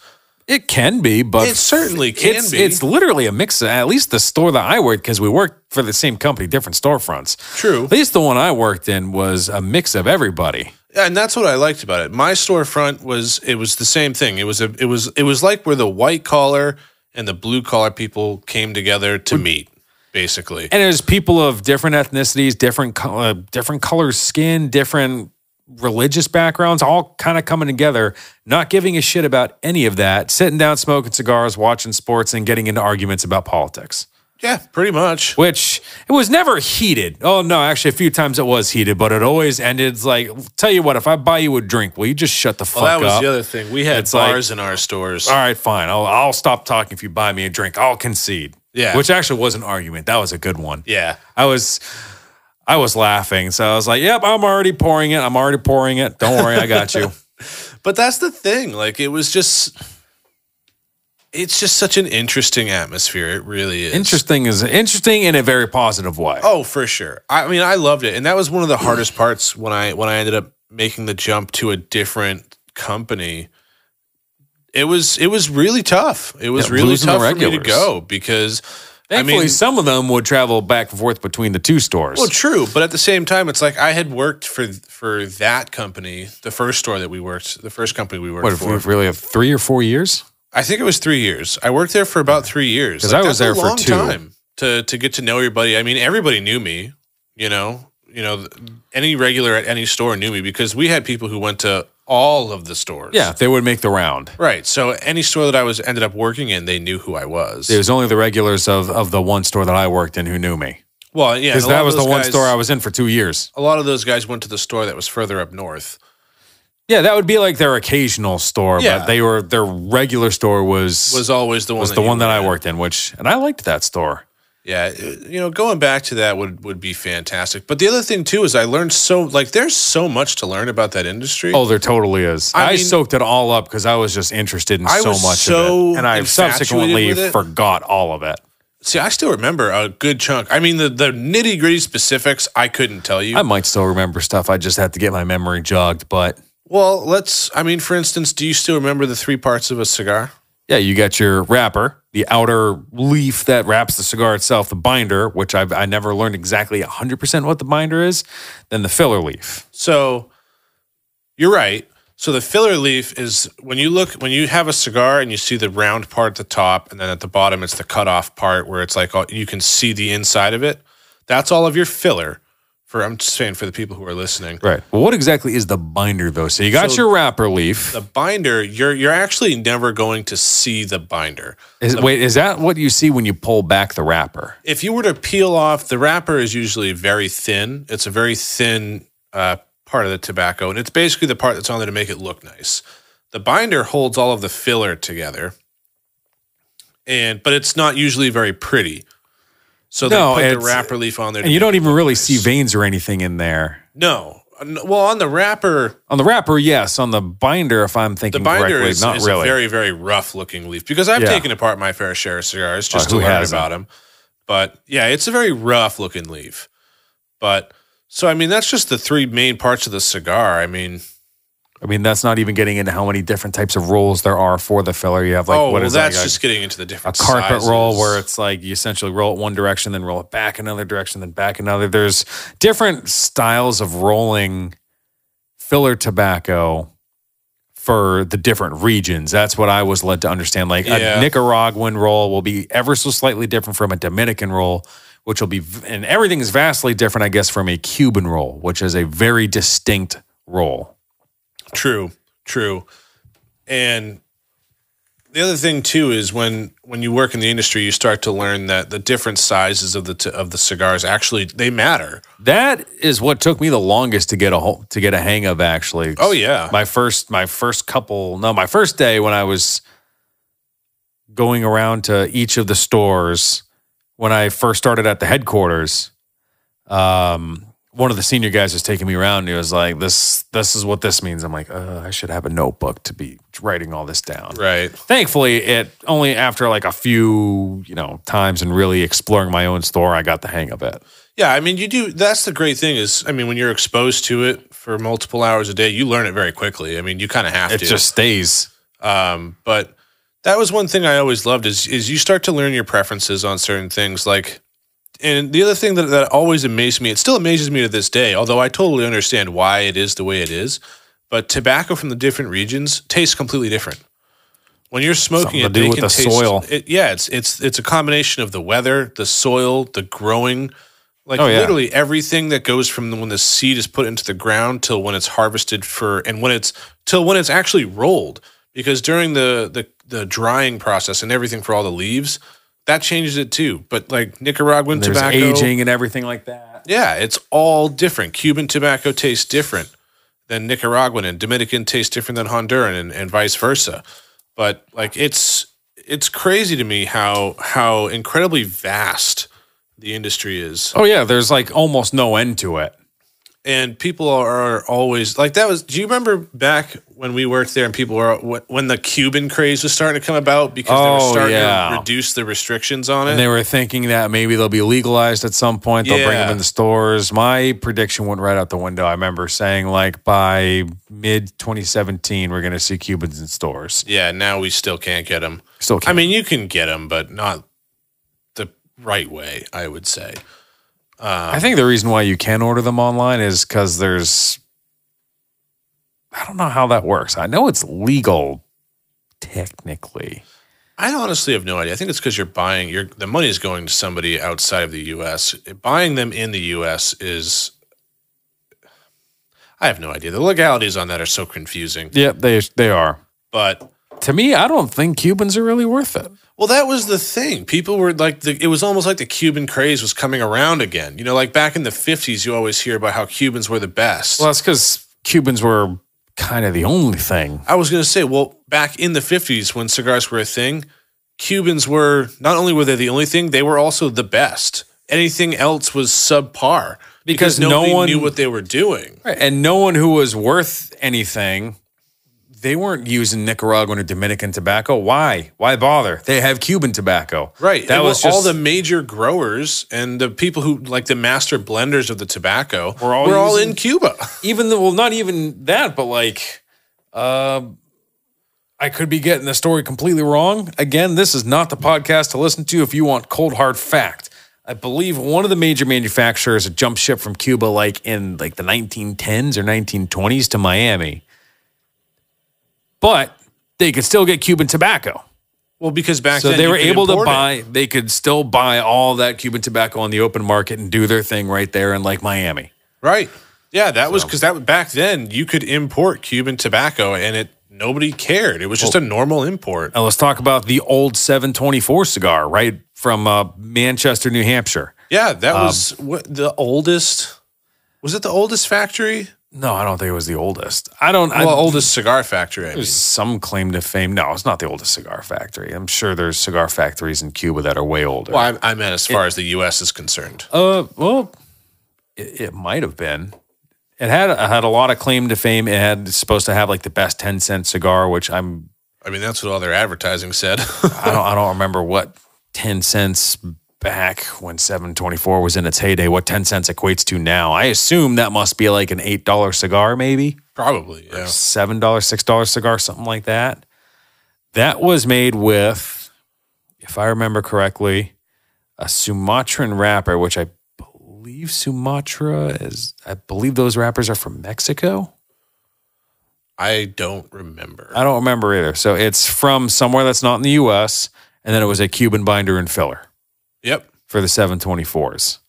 [SPEAKER 2] it can be. But
[SPEAKER 1] It certainly can
[SPEAKER 2] it's,
[SPEAKER 1] be.
[SPEAKER 2] It's literally a mix. At least the store that I worked because we worked for the same company, different storefronts.
[SPEAKER 1] True,
[SPEAKER 2] At least the one I worked in was a mix of everybody.
[SPEAKER 1] and that's what I liked about it. My storefront was it was the same thing. It was a it was it was like where the white collar and the blue collar people came together to meet, basically.
[SPEAKER 2] and there's people of different ethnicities, different co- uh, different color skin, different religious backgrounds, all kind of coming together, not giving a shit about any of that, sitting down, smoking cigars, watching sports, and getting into arguments about politics.
[SPEAKER 1] yeah, pretty much.
[SPEAKER 2] Which it was never heated. Oh no, actually, a few times it was heated, but it always ended like, tell you what, if I buy you a drink, will you just shut the fuck
[SPEAKER 1] Well, that was
[SPEAKER 2] up?
[SPEAKER 1] the other thing. We had
[SPEAKER 2] It's like-
[SPEAKER 1] bars in our stores.
[SPEAKER 2] all right, fine. I'll, I'll stop talking if you buy me a drink. I'll concede.
[SPEAKER 1] Yeah.
[SPEAKER 2] Which actually was an argument. That was a good one.
[SPEAKER 1] Yeah.
[SPEAKER 2] I was I was laughing. So I was like, "Yep, I'm already pouring it. I'm already pouring it. Don't worry, I got you."
[SPEAKER 1] But that's the thing. Like it was just it's just such an interesting atmosphere. It really is.
[SPEAKER 2] [laughs] interesting is interesting in a very positive way.
[SPEAKER 1] Oh, for sure. I mean, I loved it. And that was one of the
[SPEAKER 2] [clears throat]
[SPEAKER 1] hardest parts when I when I ended up making the jump to a different company. It was it was really tough. It was
[SPEAKER 2] Yeah,
[SPEAKER 1] really
[SPEAKER 2] losing the
[SPEAKER 1] tough for me to
[SPEAKER 2] regulars.
[SPEAKER 1] go because
[SPEAKER 2] Thankfully,
[SPEAKER 1] I mean
[SPEAKER 2] some of them would travel back and forth between the two stores.
[SPEAKER 1] Well, true, but at the same time, it's like I had worked for for that company, the first store that we worked, the first company we worked
[SPEAKER 2] what if
[SPEAKER 1] for.
[SPEAKER 2] we really have three or four years?
[SPEAKER 1] I think it was three years. I worked there for about three years.
[SPEAKER 2] 'Cause I
[SPEAKER 1] that's
[SPEAKER 2] was
[SPEAKER 1] a
[SPEAKER 2] there for
[SPEAKER 1] long
[SPEAKER 2] two.
[SPEAKER 1] Time to to get to know everybody. I mean, everybody knew me. You know, you know, th- any regular at any store knew me because we had people who went to all of the stores.
[SPEAKER 2] Yeah, they would make the round.
[SPEAKER 1] right. So any store that I was ended up working in, they knew who I was.
[SPEAKER 2] It was only the regulars of of the one store that I worked in who knew me
[SPEAKER 1] well, yeah,
[SPEAKER 2] because
[SPEAKER 1] and a lot
[SPEAKER 2] that
[SPEAKER 1] of
[SPEAKER 2] was the
[SPEAKER 1] those
[SPEAKER 2] one
[SPEAKER 1] guys-
[SPEAKER 2] store I was in for two years.
[SPEAKER 1] A lot of those guys went to the store that was further up north.
[SPEAKER 2] Yeah, that would be like their occasional store,
[SPEAKER 1] Yeah.
[SPEAKER 2] but they were their regular store was
[SPEAKER 1] Was
[SPEAKER 2] was,
[SPEAKER 1] always the one. that
[SPEAKER 2] the
[SPEAKER 1] you
[SPEAKER 2] one that
[SPEAKER 1] were
[SPEAKER 2] I
[SPEAKER 1] in.
[SPEAKER 2] worked in, which and I liked that store.
[SPEAKER 1] Yeah, it- you know, going back to that would would be fantastic. But the other thing too is I learned so like there's so much to learn about that industry.
[SPEAKER 2] Oh, there totally is.
[SPEAKER 1] I
[SPEAKER 2] I,
[SPEAKER 1] mean-
[SPEAKER 2] soaked it all up because I was just interested in
[SPEAKER 1] I
[SPEAKER 2] so
[SPEAKER 1] was
[SPEAKER 2] much
[SPEAKER 1] so
[SPEAKER 2] of it, and I
[SPEAKER 1] infatuated
[SPEAKER 2] subsequently
[SPEAKER 1] with it.
[SPEAKER 2] forgot all of it.
[SPEAKER 1] See, I still remember a good chunk. I mean, the, the nitty gritty specifics I couldn't tell you.
[SPEAKER 2] I might still remember stuff. I just had to get my memory jogged. But
[SPEAKER 1] well, let's. I mean, for instance, do you still remember the three parts of a cigar?
[SPEAKER 2] yeah, you got your wrapper, the outer leaf that wraps the cigar itself, the binder, which I've, I never learned exactly 100% what the binder is, then the filler leaf.
[SPEAKER 1] So you're right. So the filler leaf is when you look when you have a cigar and you see the round part at the top, and then at the bottom it's the cutoff part where it's like all, you can see the inside of it. That's all of your filler. For I'm just saying for the people who are listening,
[SPEAKER 2] Right. Well, what exactly is the binder, though? So you got
[SPEAKER 1] So-
[SPEAKER 2] your wrapper leaf.
[SPEAKER 1] the binder you're you're actually never going to see the binder.
[SPEAKER 2] Is, wait, is that what you see when you pull back the wrapper?
[SPEAKER 1] if you were to peel off the wrapper is usually very thin it's a very thin uh, part of the tobacco and it's basically the part that's on there to make it look nice the binder holds all of the filler together and but it's not usually very pretty so they
[SPEAKER 2] No,
[SPEAKER 1] put the
[SPEAKER 2] it's-
[SPEAKER 1] wrapper leaf on there
[SPEAKER 2] And you don't even really see veins or anything in there.
[SPEAKER 1] no N- well on the wrapper
[SPEAKER 2] On the wrapper, yes. On the binder, if I'm
[SPEAKER 1] the
[SPEAKER 2] thinking
[SPEAKER 1] binder
[SPEAKER 2] correctly,
[SPEAKER 1] is,
[SPEAKER 2] not
[SPEAKER 1] is
[SPEAKER 2] really.
[SPEAKER 1] a very very rough looking leaf because i've
[SPEAKER 2] Yeah. Uh,
[SPEAKER 1] taken apart my fair share of cigars just
[SPEAKER 2] who
[SPEAKER 1] to learn
[SPEAKER 2] hasn't?
[SPEAKER 1] about them but yeah it's a very rough looking leaf but so i mean that's just the three main parts of the cigar i mean
[SPEAKER 2] I mean, that's not even getting into how many different types of rolls there are for the filler. You have like
[SPEAKER 1] oh
[SPEAKER 2] what
[SPEAKER 1] well,
[SPEAKER 2] is
[SPEAKER 1] that's
[SPEAKER 2] that?
[SPEAKER 1] just getting into the
[SPEAKER 2] a
[SPEAKER 1] different
[SPEAKER 2] carpet roll
[SPEAKER 1] sizes.
[SPEAKER 2] where it's like you essentially roll it one direction, then roll it back another direction, then back another. There's different styles of rolling filler tobacco for the different regions. That's what I was led to understand. Like
[SPEAKER 1] Yeah.
[SPEAKER 2] a Nicaraguan roll will be ever so slightly different from a Dominican roll, which will be, v- and everything is vastly different, I guess, from a Cuban roll, which is a very distinct roll.
[SPEAKER 1] true true and the other thing too is when when you work in the industry, you start to learn that the different sizes of the t- of the cigars actually they matter.
[SPEAKER 2] That is what took me the longest to get a whole, to get a hang of actually.
[SPEAKER 1] Oh yeah,
[SPEAKER 2] my first my first couple no my first day when i was going around to each of the stores when i first started at the headquarters um one of the senior guys was taking me around and he was like this this is what this means i'm like uh, i should have a notebook to be writing all this down
[SPEAKER 1] right.
[SPEAKER 2] thankfully it only after like a few you know times and really exploring my own store i got the hang of it
[SPEAKER 1] Yeah, I mean, you do. That's the great thing is, I mean, when you're exposed to it for multiple hours a day, you learn it very quickly. I mean, you kind of have
[SPEAKER 2] it
[SPEAKER 1] to.
[SPEAKER 2] just stays
[SPEAKER 1] Um, but that was one thing I always loved is is you start to learn your preferences on certain things. Like, and the other thing that, that always amazed me, it still amazes me to this day, although I totally understand why it is the way it is. But tobacco from the different regions tastes completely different. When you're smoking
[SPEAKER 2] Something to
[SPEAKER 1] it,
[SPEAKER 2] do
[SPEAKER 1] they
[SPEAKER 2] with
[SPEAKER 1] can
[SPEAKER 2] the
[SPEAKER 1] taste,
[SPEAKER 2] soil.
[SPEAKER 1] It, yeah, it's it's it's a combination of the weather, the soil, the growing. Like
[SPEAKER 2] Oh, yeah.
[SPEAKER 1] literally everything that goes from when the seed is put into the ground till when it's harvested for and when it's till when it's actually rolled. Because during the the, the drying process and everything for all the leaves, that changes it too. But like Nicaraguan
[SPEAKER 2] there's
[SPEAKER 1] tobacco
[SPEAKER 2] aging and everything like that
[SPEAKER 1] Yeah, it's all different. Cuban tobacco tastes different than Nicaraguan and Dominican tastes different than Honduran and, and vice versa. But like it's it's crazy to me how how incredibly vast the industry is.
[SPEAKER 2] oh yeah there's like almost no end to it
[SPEAKER 1] and people are always like that was do you remember back when we worked there and people were when the cuban craze was starting to come about because they
[SPEAKER 2] Oh,
[SPEAKER 1] were starting
[SPEAKER 2] yeah.
[SPEAKER 1] to reduce the restrictions on it
[SPEAKER 2] And they were thinking that maybe they'll be legalized at some point. They'll bring them
[SPEAKER 1] Yeah.
[SPEAKER 2] in the stores. My prediction went right out the window. I remember saying like by mid 2017 we're going to see Cubans in stores.
[SPEAKER 1] yeah now we still can't get them
[SPEAKER 2] Still
[SPEAKER 1] i
[SPEAKER 2] can't.
[SPEAKER 1] mean you can get them but not the right way i would say Uh,
[SPEAKER 2] I think the reason why you can order them online is because there's I don't know how that works. I know it's legal technically.
[SPEAKER 1] i honestly have no idea i think it's because you're buying your the money is going to somebody outside of the us buying them in the us is i have no idea the legalities on that are so confusing
[SPEAKER 2] Yeah, they they are.
[SPEAKER 1] but
[SPEAKER 2] To me, I don't think Cubans are really worth it.
[SPEAKER 1] Well, that was the thing. People were like, the, it was almost like the Cuban craze was coming around again. You know, like back in the 50s, you always hear about how Cubans were the best.
[SPEAKER 2] Well, that's because Cubans were kind of the only thing.
[SPEAKER 1] I was going to say, well, back in the 50s when cigars were a thing, Cubans were not only were they the only thing, they were also the best. Anything else was subpar
[SPEAKER 2] Because no
[SPEAKER 1] nobody
[SPEAKER 2] one-
[SPEAKER 1] knew what they were doing.
[SPEAKER 2] Right, And no one who was worth anything, they weren't using Nicaraguan or Dominican tobacco. Why? Why bother? They have Cuban tobacco.
[SPEAKER 1] Right.
[SPEAKER 2] That
[SPEAKER 1] It
[SPEAKER 2] was
[SPEAKER 1] were all
[SPEAKER 2] just-
[SPEAKER 1] the major growers and the people who like the master blenders of the tobacco were
[SPEAKER 2] all
[SPEAKER 1] all, all
[SPEAKER 2] using-
[SPEAKER 1] in Cuba. [laughs]
[SPEAKER 2] Even the well, not even that, but like, uh, I could be getting the story completely wrong. Again, this is not the podcast to listen to if you want cold hard fact. I believe one of the major manufacturers had jumped ship from Cuba, like in like the 1910s or 1920s to Miami, but they could still get Cuban tobacco.
[SPEAKER 1] Well, because back
[SPEAKER 2] So
[SPEAKER 1] then
[SPEAKER 2] they
[SPEAKER 1] you
[SPEAKER 2] were
[SPEAKER 1] could
[SPEAKER 2] able to
[SPEAKER 1] import it.
[SPEAKER 2] buy. They could still buy all that Cuban tobacco on the open market and do their thing right there in like Miami.
[SPEAKER 1] Right. Yeah, that was because that back then you could import Cuban tobacco and it nobody cared. It was just a normal import.
[SPEAKER 2] Now Uh, let's talk about the old 724 cigar, right from uh, Manchester, New Hampshire.
[SPEAKER 1] Yeah, that was what the oldest. Was it the oldest factory?
[SPEAKER 2] No, I don't think it was the oldest. I don't.
[SPEAKER 1] Well,
[SPEAKER 2] I,
[SPEAKER 1] oldest cigar factory. I mean.
[SPEAKER 2] there's some claim to fame. No, it's not the oldest cigar factory. I'm sure there's cigar factories in Cuba that are way older.
[SPEAKER 1] Well, I, I meant as far as the U.S. is concerned.
[SPEAKER 2] Uh, well, it, it might have been. It had it had a lot of claim to fame. It had it's supposed to have like the best 10 cent cigar, which I'm
[SPEAKER 1] I mean, that's what all their advertising said. [laughs]
[SPEAKER 2] I don't I don't remember what ten cents back when seven twenty four was in its heyday, what ten cents equates to now. I assume that must be like an eight dollar cigar, maybe
[SPEAKER 1] Probably. Yeah.
[SPEAKER 2] seven dollar, six dollar cigar, something like that. That was made with, if I remember correctly, a Sumatran wrapper, which I believe Sumatra is. I believe those wrappers are from Mexico.
[SPEAKER 1] I don't remember.
[SPEAKER 2] I don't remember either. So it's from somewhere that's not in the U.S. And then it was a Cuban binder and filler.
[SPEAKER 1] Yep.
[SPEAKER 2] for the 724s.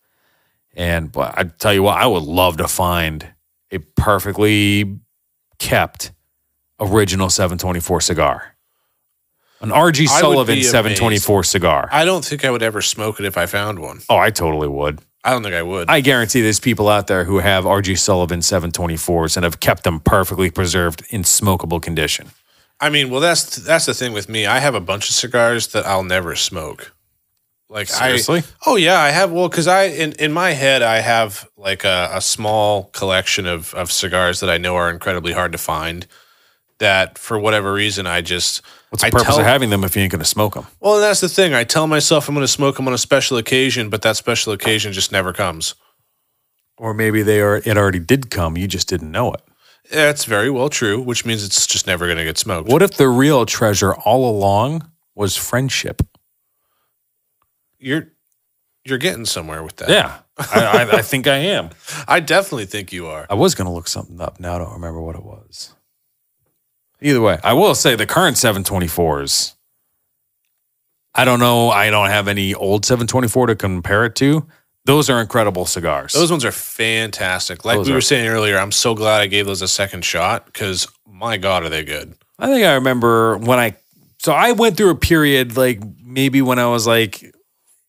[SPEAKER 2] And but I tell you what, I would love to find a perfectly kept original 724 cigar. An RG
[SPEAKER 1] I would
[SPEAKER 2] Sullivan
[SPEAKER 1] be
[SPEAKER 2] 724 cigar.
[SPEAKER 1] I don't think I would ever smoke it if I found one.
[SPEAKER 2] Oh, I totally would.
[SPEAKER 1] I don't think I would.
[SPEAKER 2] I guarantee there's people out there who have RG Sullivan 724s and have kept them perfectly preserved in smokable condition.
[SPEAKER 1] I mean, well, that's that's the thing with me. I have a bunch of cigars that I'll never smoke. Like
[SPEAKER 2] Seriously?
[SPEAKER 1] I, oh yeah, I have. Well, because I in in my head I have like a, a small collection of of cigars that I know are incredibly hard to find. That for whatever reason I just
[SPEAKER 2] What's the
[SPEAKER 1] I
[SPEAKER 2] purpose
[SPEAKER 1] tell-
[SPEAKER 2] of having them if you ain't going to smoke them?
[SPEAKER 1] Well, and that's the thing. I tell myself I'm going to smoke them on a special occasion, but that special occasion just never comes.
[SPEAKER 2] Or maybe they are. It already did come. You just didn't know it.
[SPEAKER 1] That's very well true, which means it's just never going to get smoked.
[SPEAKER 2] What if the real treasure all along was friendship?
[SPEAKER 1] You're you're getting somewhere with that.
[SPEAKER 2] Yeah, I, I, I think I am.
[SPEAKER 1] [laughs] I definitely think you are.
[SPEAKER 2] I was going to look something up. Now I don't remember what it was. Either way, I will say the current 724s. I don't know. I don't have any old 724 to compare it to. Those are incredible cigars.
[SPEAKER 1] Those ones are fantastic. Like
[SPEAKER 2] Those
[SPEAKER 1] we
[SPEAKER 2] are-
[SPEAKER 1] were saying earlier, I'm so glad I gave those a second shot because my God, are they good?
[SPEAKER 2] I think I remember when I so I went through a period like maybe when I was like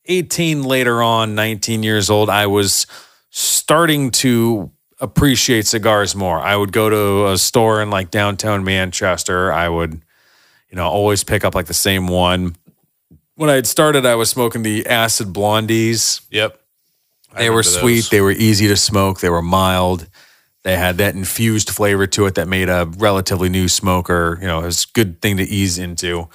[SPEAKER 2] 18 later on 19 years old I was starting to appreciate cigars more. I would go to a store in like downtown Manchester. I would you know always pick up like the same one. When I had started I was smoking the acid blondies.
[SPEAKER 1] Yep. I
[SPEAKER 2] They were
[SPEAKER 1] remember those.
[SPEAKER 2] sweet. They were easy to smoke. They were mild. They had that infused flavor to it that made a relatively new smoker, you know, it was a good thing to ease into.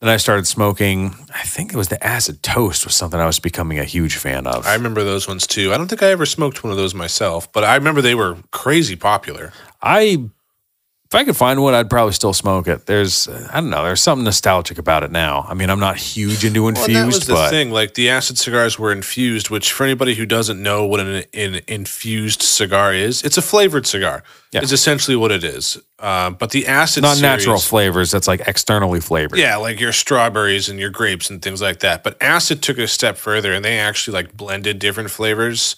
[SPEAKER 2] Then I started smoking, I think it was the acid toast was something I was becoming a huge fan of.
[SPEAKER 1] I
[SPEAKER 2] i
[SPEAKER 1] remember those ones too. I don't think I ever smoked one of those myself, but I remember they were crazy popular.
[SPEAKER 2] if I could find one, I'd probably still smoke it. There's, I don't know, there's something nostalgic about it now. I mean, I'm not huge into
[SPEAKER 1] Well, and that was
[SPEAKER 2] infused,
[SPEAKER 1] the
[SPEAKER 2] but
[SPEAKER 1] thing. Like the acid cigars were infused, which for anybody who doesn't know what an, an infused cigar is, it's a flavored cigar.
[SPEAKER 2] Yeah.
[SPEAKER 1] It's essentially what it is. Um, but the acid
[SPEAKER 2] not natural
[SPEAKER 1] series-
[SPEAKER 2] flavors. That's like externally flavored.
[SPEAKER 1] Yeah, like your strawberries and your grapes and things like that. But acid took it a step further, and they actually like blended different flavors.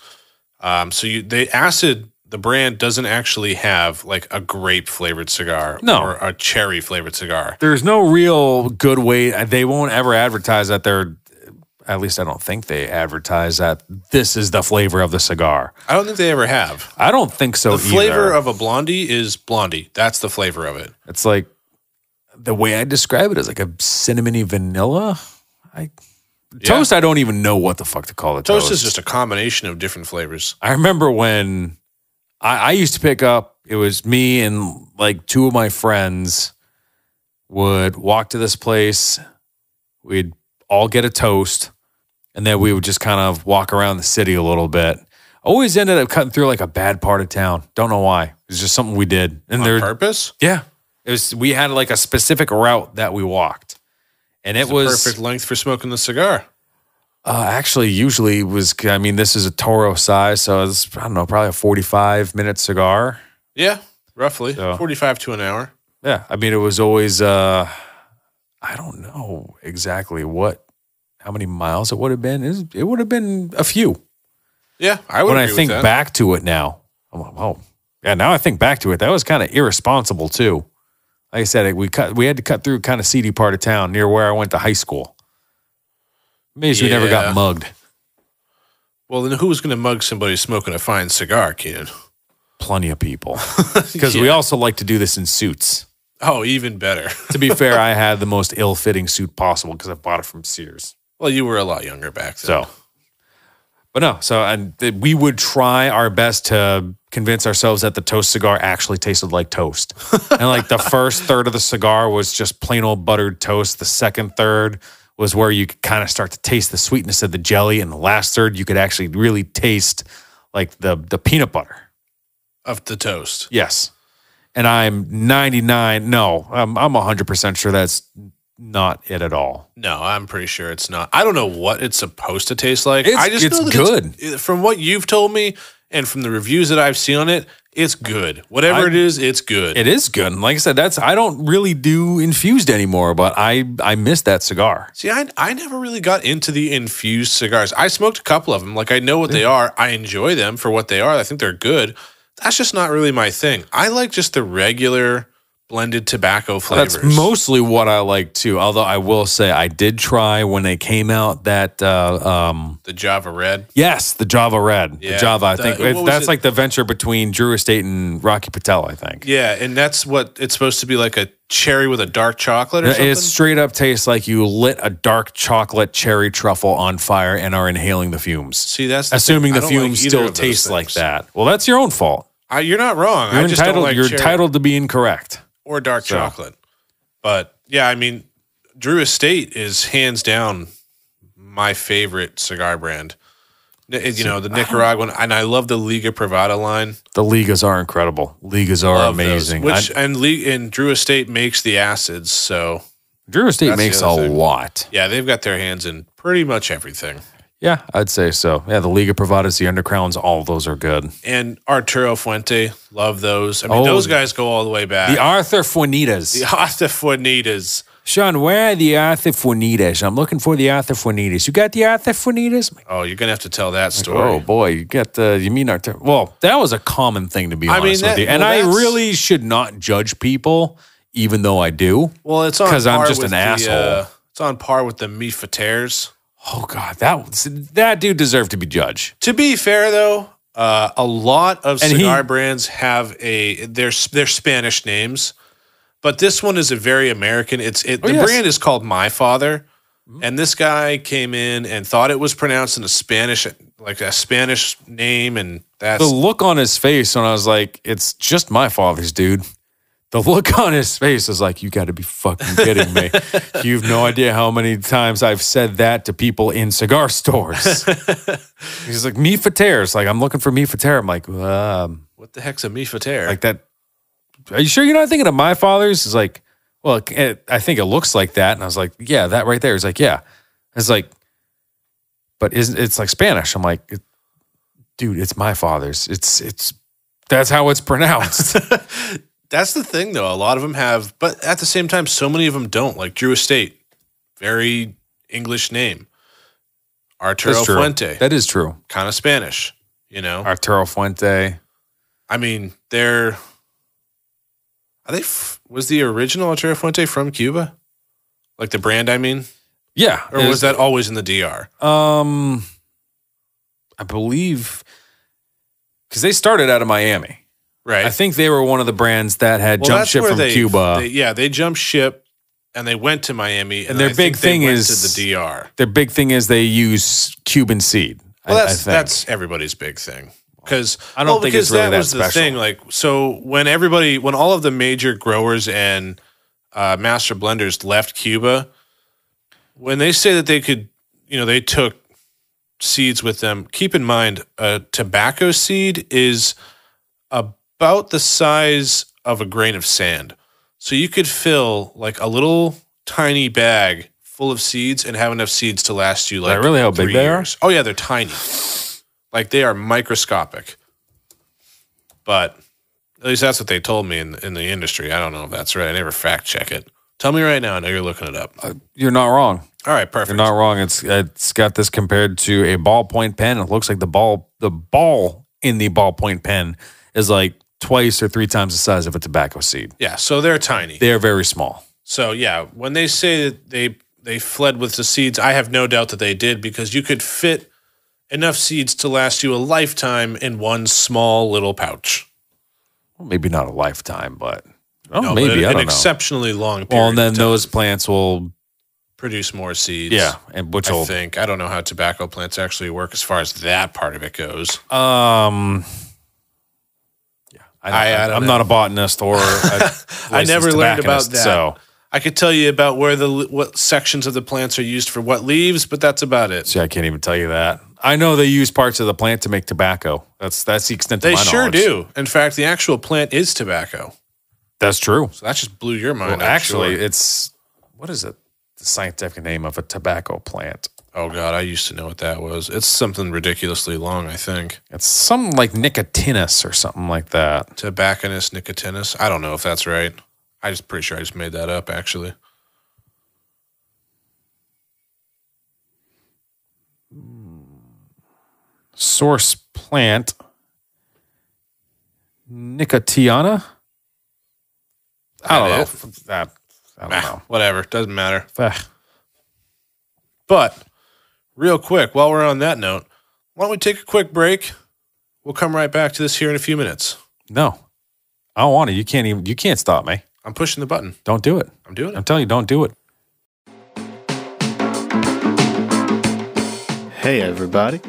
[SPEAKER 1] Um, so you, they acid the brand doesn't actually have like a grape flavored cigar
[SPEAKER 2] No.
[SPEAKER 1] or a cherry flavored cigar.
[SPEAKER 2] there's no real good way. uh, They won't ever advertise that they're. At least I don't think they advertise that this is the flavor of the cigar.
[SPEAKER 1] I don't think they ever have.
[SPEAKER 2] I don't think so
[SPEAKER 1] The flavor
[SPEAKER 2] either.
[SPEAKER 1] of a blondie is blondie. That's the flavor of it.
[SPEAKER 2] it's like the way I describe it is like a cinnamony vanilla. I toast. I don't even know what the fuck to call it.
[SPEAKER 1] Toast is just a combination of different flavors.
[SPEAKER 2] I remember when I, I used to pick up, it was me and like two of my friends would walk to this place. We'd all get a toast and then we would just kind of walk around the city a little bit. Always ended up cutting through like a bad part of town. Don't know why. It was just something we did. And
[SPEAKER 1] On
[SPEAKER 2] there,
[SPEAKER 1] purpose?
[SPEAKER 2] yeah, it was, we had like a specific route that we walked. And it was
[SPEAKER 1] Perfect length for smoking the cigar.
[SPEAKER 2] uh, actually, usually was. I mean, this is a Toro size, so it's I don't know, probably a forty-five minute cigar.
[SPEAKER 1] Yeah, roughly.
[SPEAKER 2] So-
[SPEAKER 1] 45 to an hour.
[SPEAKER 2] Yeah, I mean, it was always. Uh, I don't know exactly what, how many miles it would have been. It, was- it would have been a few.
[SPEAKER 1] Yeah, I would
[SPEAKER 2] when I
[SPEAKER 1] agree with
[SPEAKER 2] think
[SPEAKER 1] that.
[SPEAKER 2] back to it now, I'm like, oh, yeah. Now I think back to it, that was kind of irresponsible too. Like I said, we cut. We had to cut through kind of seedy part of town near where I went to high school. Amazed we never
[SPEAKER 1] Yeah.
[SPEAKER 2] got mugged.
[SPEAKER 1] Well, then who's going to mug somebody smoking a fine cigar, Keenan?
[SPEAKER 2] Plenty of people because we also like to do this in suits.
[SPEAKER 1] Oh, even better. [laughs]
[SPEAKER 2] to be fair, I had the most ill-fitting suit possible because I bought it from Sears.
[SPEAKER 1] well, you were a lot younger back then.
[SPEAKER 2] So, but no, so and th- we would try our best to convince ourselves that the toast cigar actually tasted like toast. and like the first third of the cigar was just plain old buttered toast. The second third was where you could kind of start to taste the sweetness of the jelly, and the last third you could actually really taste like the the peanut butter.
[SPEAKER 1] of the toast.
[SPEAKER 2] Yes. And I'm 99. No, I'm, I'm 100% sure that's not it at all.
[SPEAKER 1] No, I'm pretty sure it's not. I don't know what it's supposed to taste like.
[SPEAKER 2] It's-
[SPEAKER 1] I just
[SPEAKER 2] it's
[SPEAKER 1] know that It's, from what you've told me and from the reviews that I've seen on it, it's good. Whatever
[SPEAKER 2] I-
[SPEAKER 1] it is, it's good.
[SPEAKER 2] It is good. And like I said, that's I don't really do infused anymore, but I I miss that cigar.
[SPEAKER 1] See, I, I never really got into the infused cigars. I smoked a couple of them. Like, I know what they are. I enjoy them for what they are. I think they're good. That's just not really my thing. I like just the regular blended tobacco flavors.
[SPEAKER 2] That's mostly what I like too. Although I will say I did try when they came out that uh, um,
[SPEAKER 1] the Java Red.
[SPEAKER 2] yes, the Java Red,
[SPEAKER 1] Yeah,
[SPEAKER 2] the Java. I
[SPEAKER 1] the-
[SPEAKER 2] think
[SPEAKER 1] what
[SPEAKER 2] it-
[SPEAKER 1] was
[SPEAKER 2] that's
[SPEAKER 1] it?
[SPEAKER 2] like the venture between Drew Estate and Rocky Patel. I think
[SPEAKER 1] Yeah, and that's what it's supposed to be like a cherry with a dark chocolate or something.
[SPEAKER 2] it straight up tastes like you lit a dark chocolate cherry truffle on fire and are inhaling the fumes.
[SPEAKER 1] See, that's the
[SPEAKER 2] Assuming
[SPEAKER 1] thing. I
[SPEAKER 2] the
[SPEAKER 1] don't like
[SPEAKER 2] fumes
[SPEAKER 1] either of
[SPEAKER 2] still
[SPEAKER 1] those
[SPEAKER 2] taste like
[SPEAKER 1] things.
[SPEAKER 2] that. Well, that's your own fault.
[SPEAKER 1] I, you're not wrong.
[SPEAKER 2] You're
[SPEAKER 1] I just
[SPEAKER 2] entitled.
[SPEAKER 1] don't like
[SPEAKER 2] you're
[SPEAKER 1] cherry
[SPEAKER 2] entitled to be incorrect.
[SPEAKER 1] or dark chocolate. But yeah, I mean, Drew Estate is hands down my favorite cigar brand. N- You know the Nicaraguan, and I love the Liga Privada line.
[SPEAKER 2] The ligas are incredible. Ligas are
[SPEAKER 1] of those,
[SPEAKER 2] amazing. I-
[SPEAKER 1] which and Le- and Drew Estate makes the acids, so
[SPEAKER 2] Drew Estate
[SPEAKER 1] That's the
[SPEAKER 2] makes a
[SPEAKER 1] other thing.
[SPEAKER 2] lot.
[SPEAKER 1] yeah, they've got their hands in pretty much everything.
[SPEAKER 2] Yeah, I'd say so. Yeah, the Liga Privadas, the Undercrowns, all of those are good.
[SPEAKER 1] And Arturo Fuente, love those. I mean,
[SPEAKER 2] Oh.
[SPEAKER 1] those guys go all the way back. [laughs]
[SPEAKER 2] The Arthur Fuenitas.
[SPEAKER 1] The Asta Fuenitas.
[SPEAKER 2] Sean, where are the Arthur Fuenitas? I'm looking for the Arthur Fuenitas. You got the Arthur Fuenitas?
[SPEAKER 1] Oh, you're gonna have to tell that story.
[SPEAKER 2] Oh boy, you got
[SPEAKER 1] uh,
[SPEAKER 2] the you mean Arthur? Well, that was a common thing to be
[SPEAKER 1] I mean,
[SPEAKER 2] honest
[SPEAKER 1] that-
[SPEAKER 2] with you, and
[SPEAKER 1] well,
[SPEAKER 2] I
[SPEAKER 1] that's-
[SPEAKER 2] really should not judge people, even though I do.
[SPEAKER 1] Well, it's on
[SPEAKER 2] 'Cause I'm
[SPEAKER 1] par
[SPEAKER 2] just
[SPEAKER 1] with
[SPEAKER 2] an
[SPEAKER 1] the,
[SPEAKER 2] asshole.
[SPEAKER 1] uh, it's on par with the Mifateres.
[SPEAKER 2] Oh god, that that dude deserved to be judged.
[SPEAKER 1] To be fair, though, uh, a lot of
[SPEAKER 2] And he-
[SPEAKER 1] cigar brands have a their their Spanish names, but this one is a very American. It's it, the
[SPEAKER 2] Oh, yes. Mm-hmm.
[SPEAKER 1] brand is called My Father, and this guy came in and thought it was pronounced in a Spanish like a Spanish name, and that's
[SPEAKER 2] The look on his face when I was like, "It's just my father's dude." The look on his face is like, "You got to be fucking kidding me! You've no idea how many times I've said that to people in cigar stores." He's like, "Me for tears." Like I'm looking for me for tear. I'm like, um,
[SPEAKER 1] what the heck's a Mifatere?
[SPEAKER 2] like that. Are you sure you're not thinking of my father's? Is like, well, it, I think it looks like that. And I was like, yeah, that right there. He's like, yeah. It's like, but isn't it's like Spanish? I'm like, it- dude, it's my father's. It's it's that's how it's [laughs] pronounced.
[SPEAKER 1] [laughs] That's the thing, though. A lot of them have, but at the same time, so many of them don't. Like Drew Estate, very English name. Arturo
[SPEAKER 2] That's true.
[SPEAKER 1] Fuente,
[SPEAKER 2] That is true.
[SPEAKER 1] kind of Spanish. You know,
[SPEAKER 2] Arturo Fuente.
[SPEAKER 1] I mean, they're are they? F- was the original Arturo Fuente from Cuba? Like the brand, I mean,
[SPEAKER 2] Yeah.
[SPEAKER 1] or was that always in the DR?
[SPEAKER 2] Um, I believe because they started out of Miami.
[SPEAKER 1] Right.
[SPEAKER 2] I think they were one of the brands that had
[SPEAKER 1] Well,
[SPEAKER 2] jumped
[SPEAKER 1] that's
[SPEAKER 2] ship
[SPEAKER 1] where
[SPEAKER 2] from
[SPEAKER 1] they-
[SPEAKER 2] Cuba.
[SPEAKER 1] they- yeah, they jumped ship and they went to Miami, and, I
[SPEAKER 2] their
[SPEAKER 1] think
[SPEAKER 2] big
[SPEAKER 1] they
[SPEAKER 2] thing
[SPEAKER 1] went
[SPEAKER 2] is-
[SPEAKER 1] to the DR.
[SPEAKER 2] their big thing is they use Cuban seed.
[SPEAKER 1] Well,
[SPEAKER 2] I- I
[SPEAKER 1] that's
[SPEAKER 2] think.
[SPEAKER 1] that's everybody's big thing because
[SPEAKER 2] I don't
[SPEAKER 1] well,
[SPEAKER 2] think
[SPEAKER 1] because
[SPEAKER 2] it's really that
[SPEAKER 1] was the
[SPEAKER 2] special.
[SPEAKER 1] thing. Like so, when everybody, when all of the major growers and uh, master blenders left Cuba, when they say that they could, you know, they took seeds with them. Keep in mind, a tobacco seed is about the size of a grain of sand, so you could fill like a little tiny bag full of seeds and have enough seeds to last you like
[SPEAKER 2] that really how big
[SPEAKER 1] three
[SPEAKER 2] they are?
[SPEAKER 1] years. Oh yeah, they're tiny. Like they are microscopic. But at least that's what they told me in in the industry. I don't know if that's right. I never fact check it. Tell me right now. I know you're looking it up. All
[SPEAKER 2] You're not wrong.
[SPEAKER 1] right,
[SPEAKER 2] Uh, You're
[SPEAKER 1] perfect.
[SPEAKER 2] not wrong. It's it's got this compared to a ballpoint pen. It looks like the ball the ball in the ballpoint pen is like twice or three times the size of a tobacco seed.
[SPEAKER 1] yeah, so they're tiny.
[SPEAKER 2] They are very small.
[SPEAKER 1] So yeah, when they say that they they fled with the seeds, I have no doubt that they did because you could fit enough seeds to last you a lifetime in one small little pouch.
[SPEAKER 2] Well, maybe not a lifetime, but oh,
[SPEAKER 1] No, but
[SPEAKER 2] maybe
[SPEAKER 1] an,
[SPEAKER 2] I
[SPEAKER 1] an
[SPEAKER 2] don't know.
[SPEAKER 1] exceptionally long period.
[SPEAKER 2] Well, and then
[SPEAKER 1] of time.
[SPEAKER 2] those plants will
[SPEAKER 1] produce more seeds.
[SPEAKER 2] yeah, and which
[SPEAKER 1] I
[SPEAKER 2] will
[SPEAKER 1] think I don't know how tobacco plants actually work as far as that part of it goes.
[SPEAKER 2] um. yeah,
[SPEAKER 1] I- I don't
[SPEAKER 2] I'm
[SPEAKER 1] know.
[SPEAKER 2] not a botanist or a
[SPEAKER 1] [laughs] I never
[SPEAKER 2] licensed
[SPEAKER 1] learned about
[SPEAKER 2] tobacconist,
[SPEAKER 1] that.
[SPEAKER 2] So
[SPEAKER 1] I could tell you about where the what sections of the plants are used for what leaves, but that's about it.
[SPEAKER 2] See, I can't even tell you that. I know they use parts of the plant to make tobacco. That's that's the extent.
[SPEAKER 1] They
[SPEAKER 2] of my
[SPEAKER 1] sure
[SPEAKER 2] knowledge.
[SPEAKER 1] do. In fact, the actual plant is tobacco.
[SPEAKER 2] That's true.
[SPEAKER 1] So that just blew your mind.
[SPEAKER 2] Well,
[SPEAKER 1] I'm
[SPEAKER 2] actually,
[SPEAKER 1] Oh, sure.
[SPEAKER 2] it's what is it? The scientific name of a tobacco plant.
[SPEAKER 1] oh god, I used to know what that was. It's something ridiculously long. I think
[SPEAKER 2] It's something like nicotinus or something like that.
[SPEAKER 1] tobacconist nicotinus. I don't know if that's right. I just pretty sure I just made that up. Actually,
[SPEAKER 2] Source plant. Nicotiana.
[SPEAKER 1] I don't know.
[SPEAKER 2] know. I don't know.
[SPEAKER 1] Whatever, doesn't matter.
[SPEAKER 2] Ugh.
[SPEAKER 1] But real quick, while we're on that note, why don't we take a quick break? We'll come right back to this here in a few minutes.
[SPEAKER 2] No, I don't want to. You can't even. You can't stop me.
[SPEAKER 1] I'm pushing the button.
[SPEAKER 2] Don't do it.
[SPEAKER 1] I'm doing
[SPEAKER 2] I'm
[SPEAKER 1] it.
[SPEAKER 2] telling you, don't do it.
[SPEAKER 3] Hey, everybody.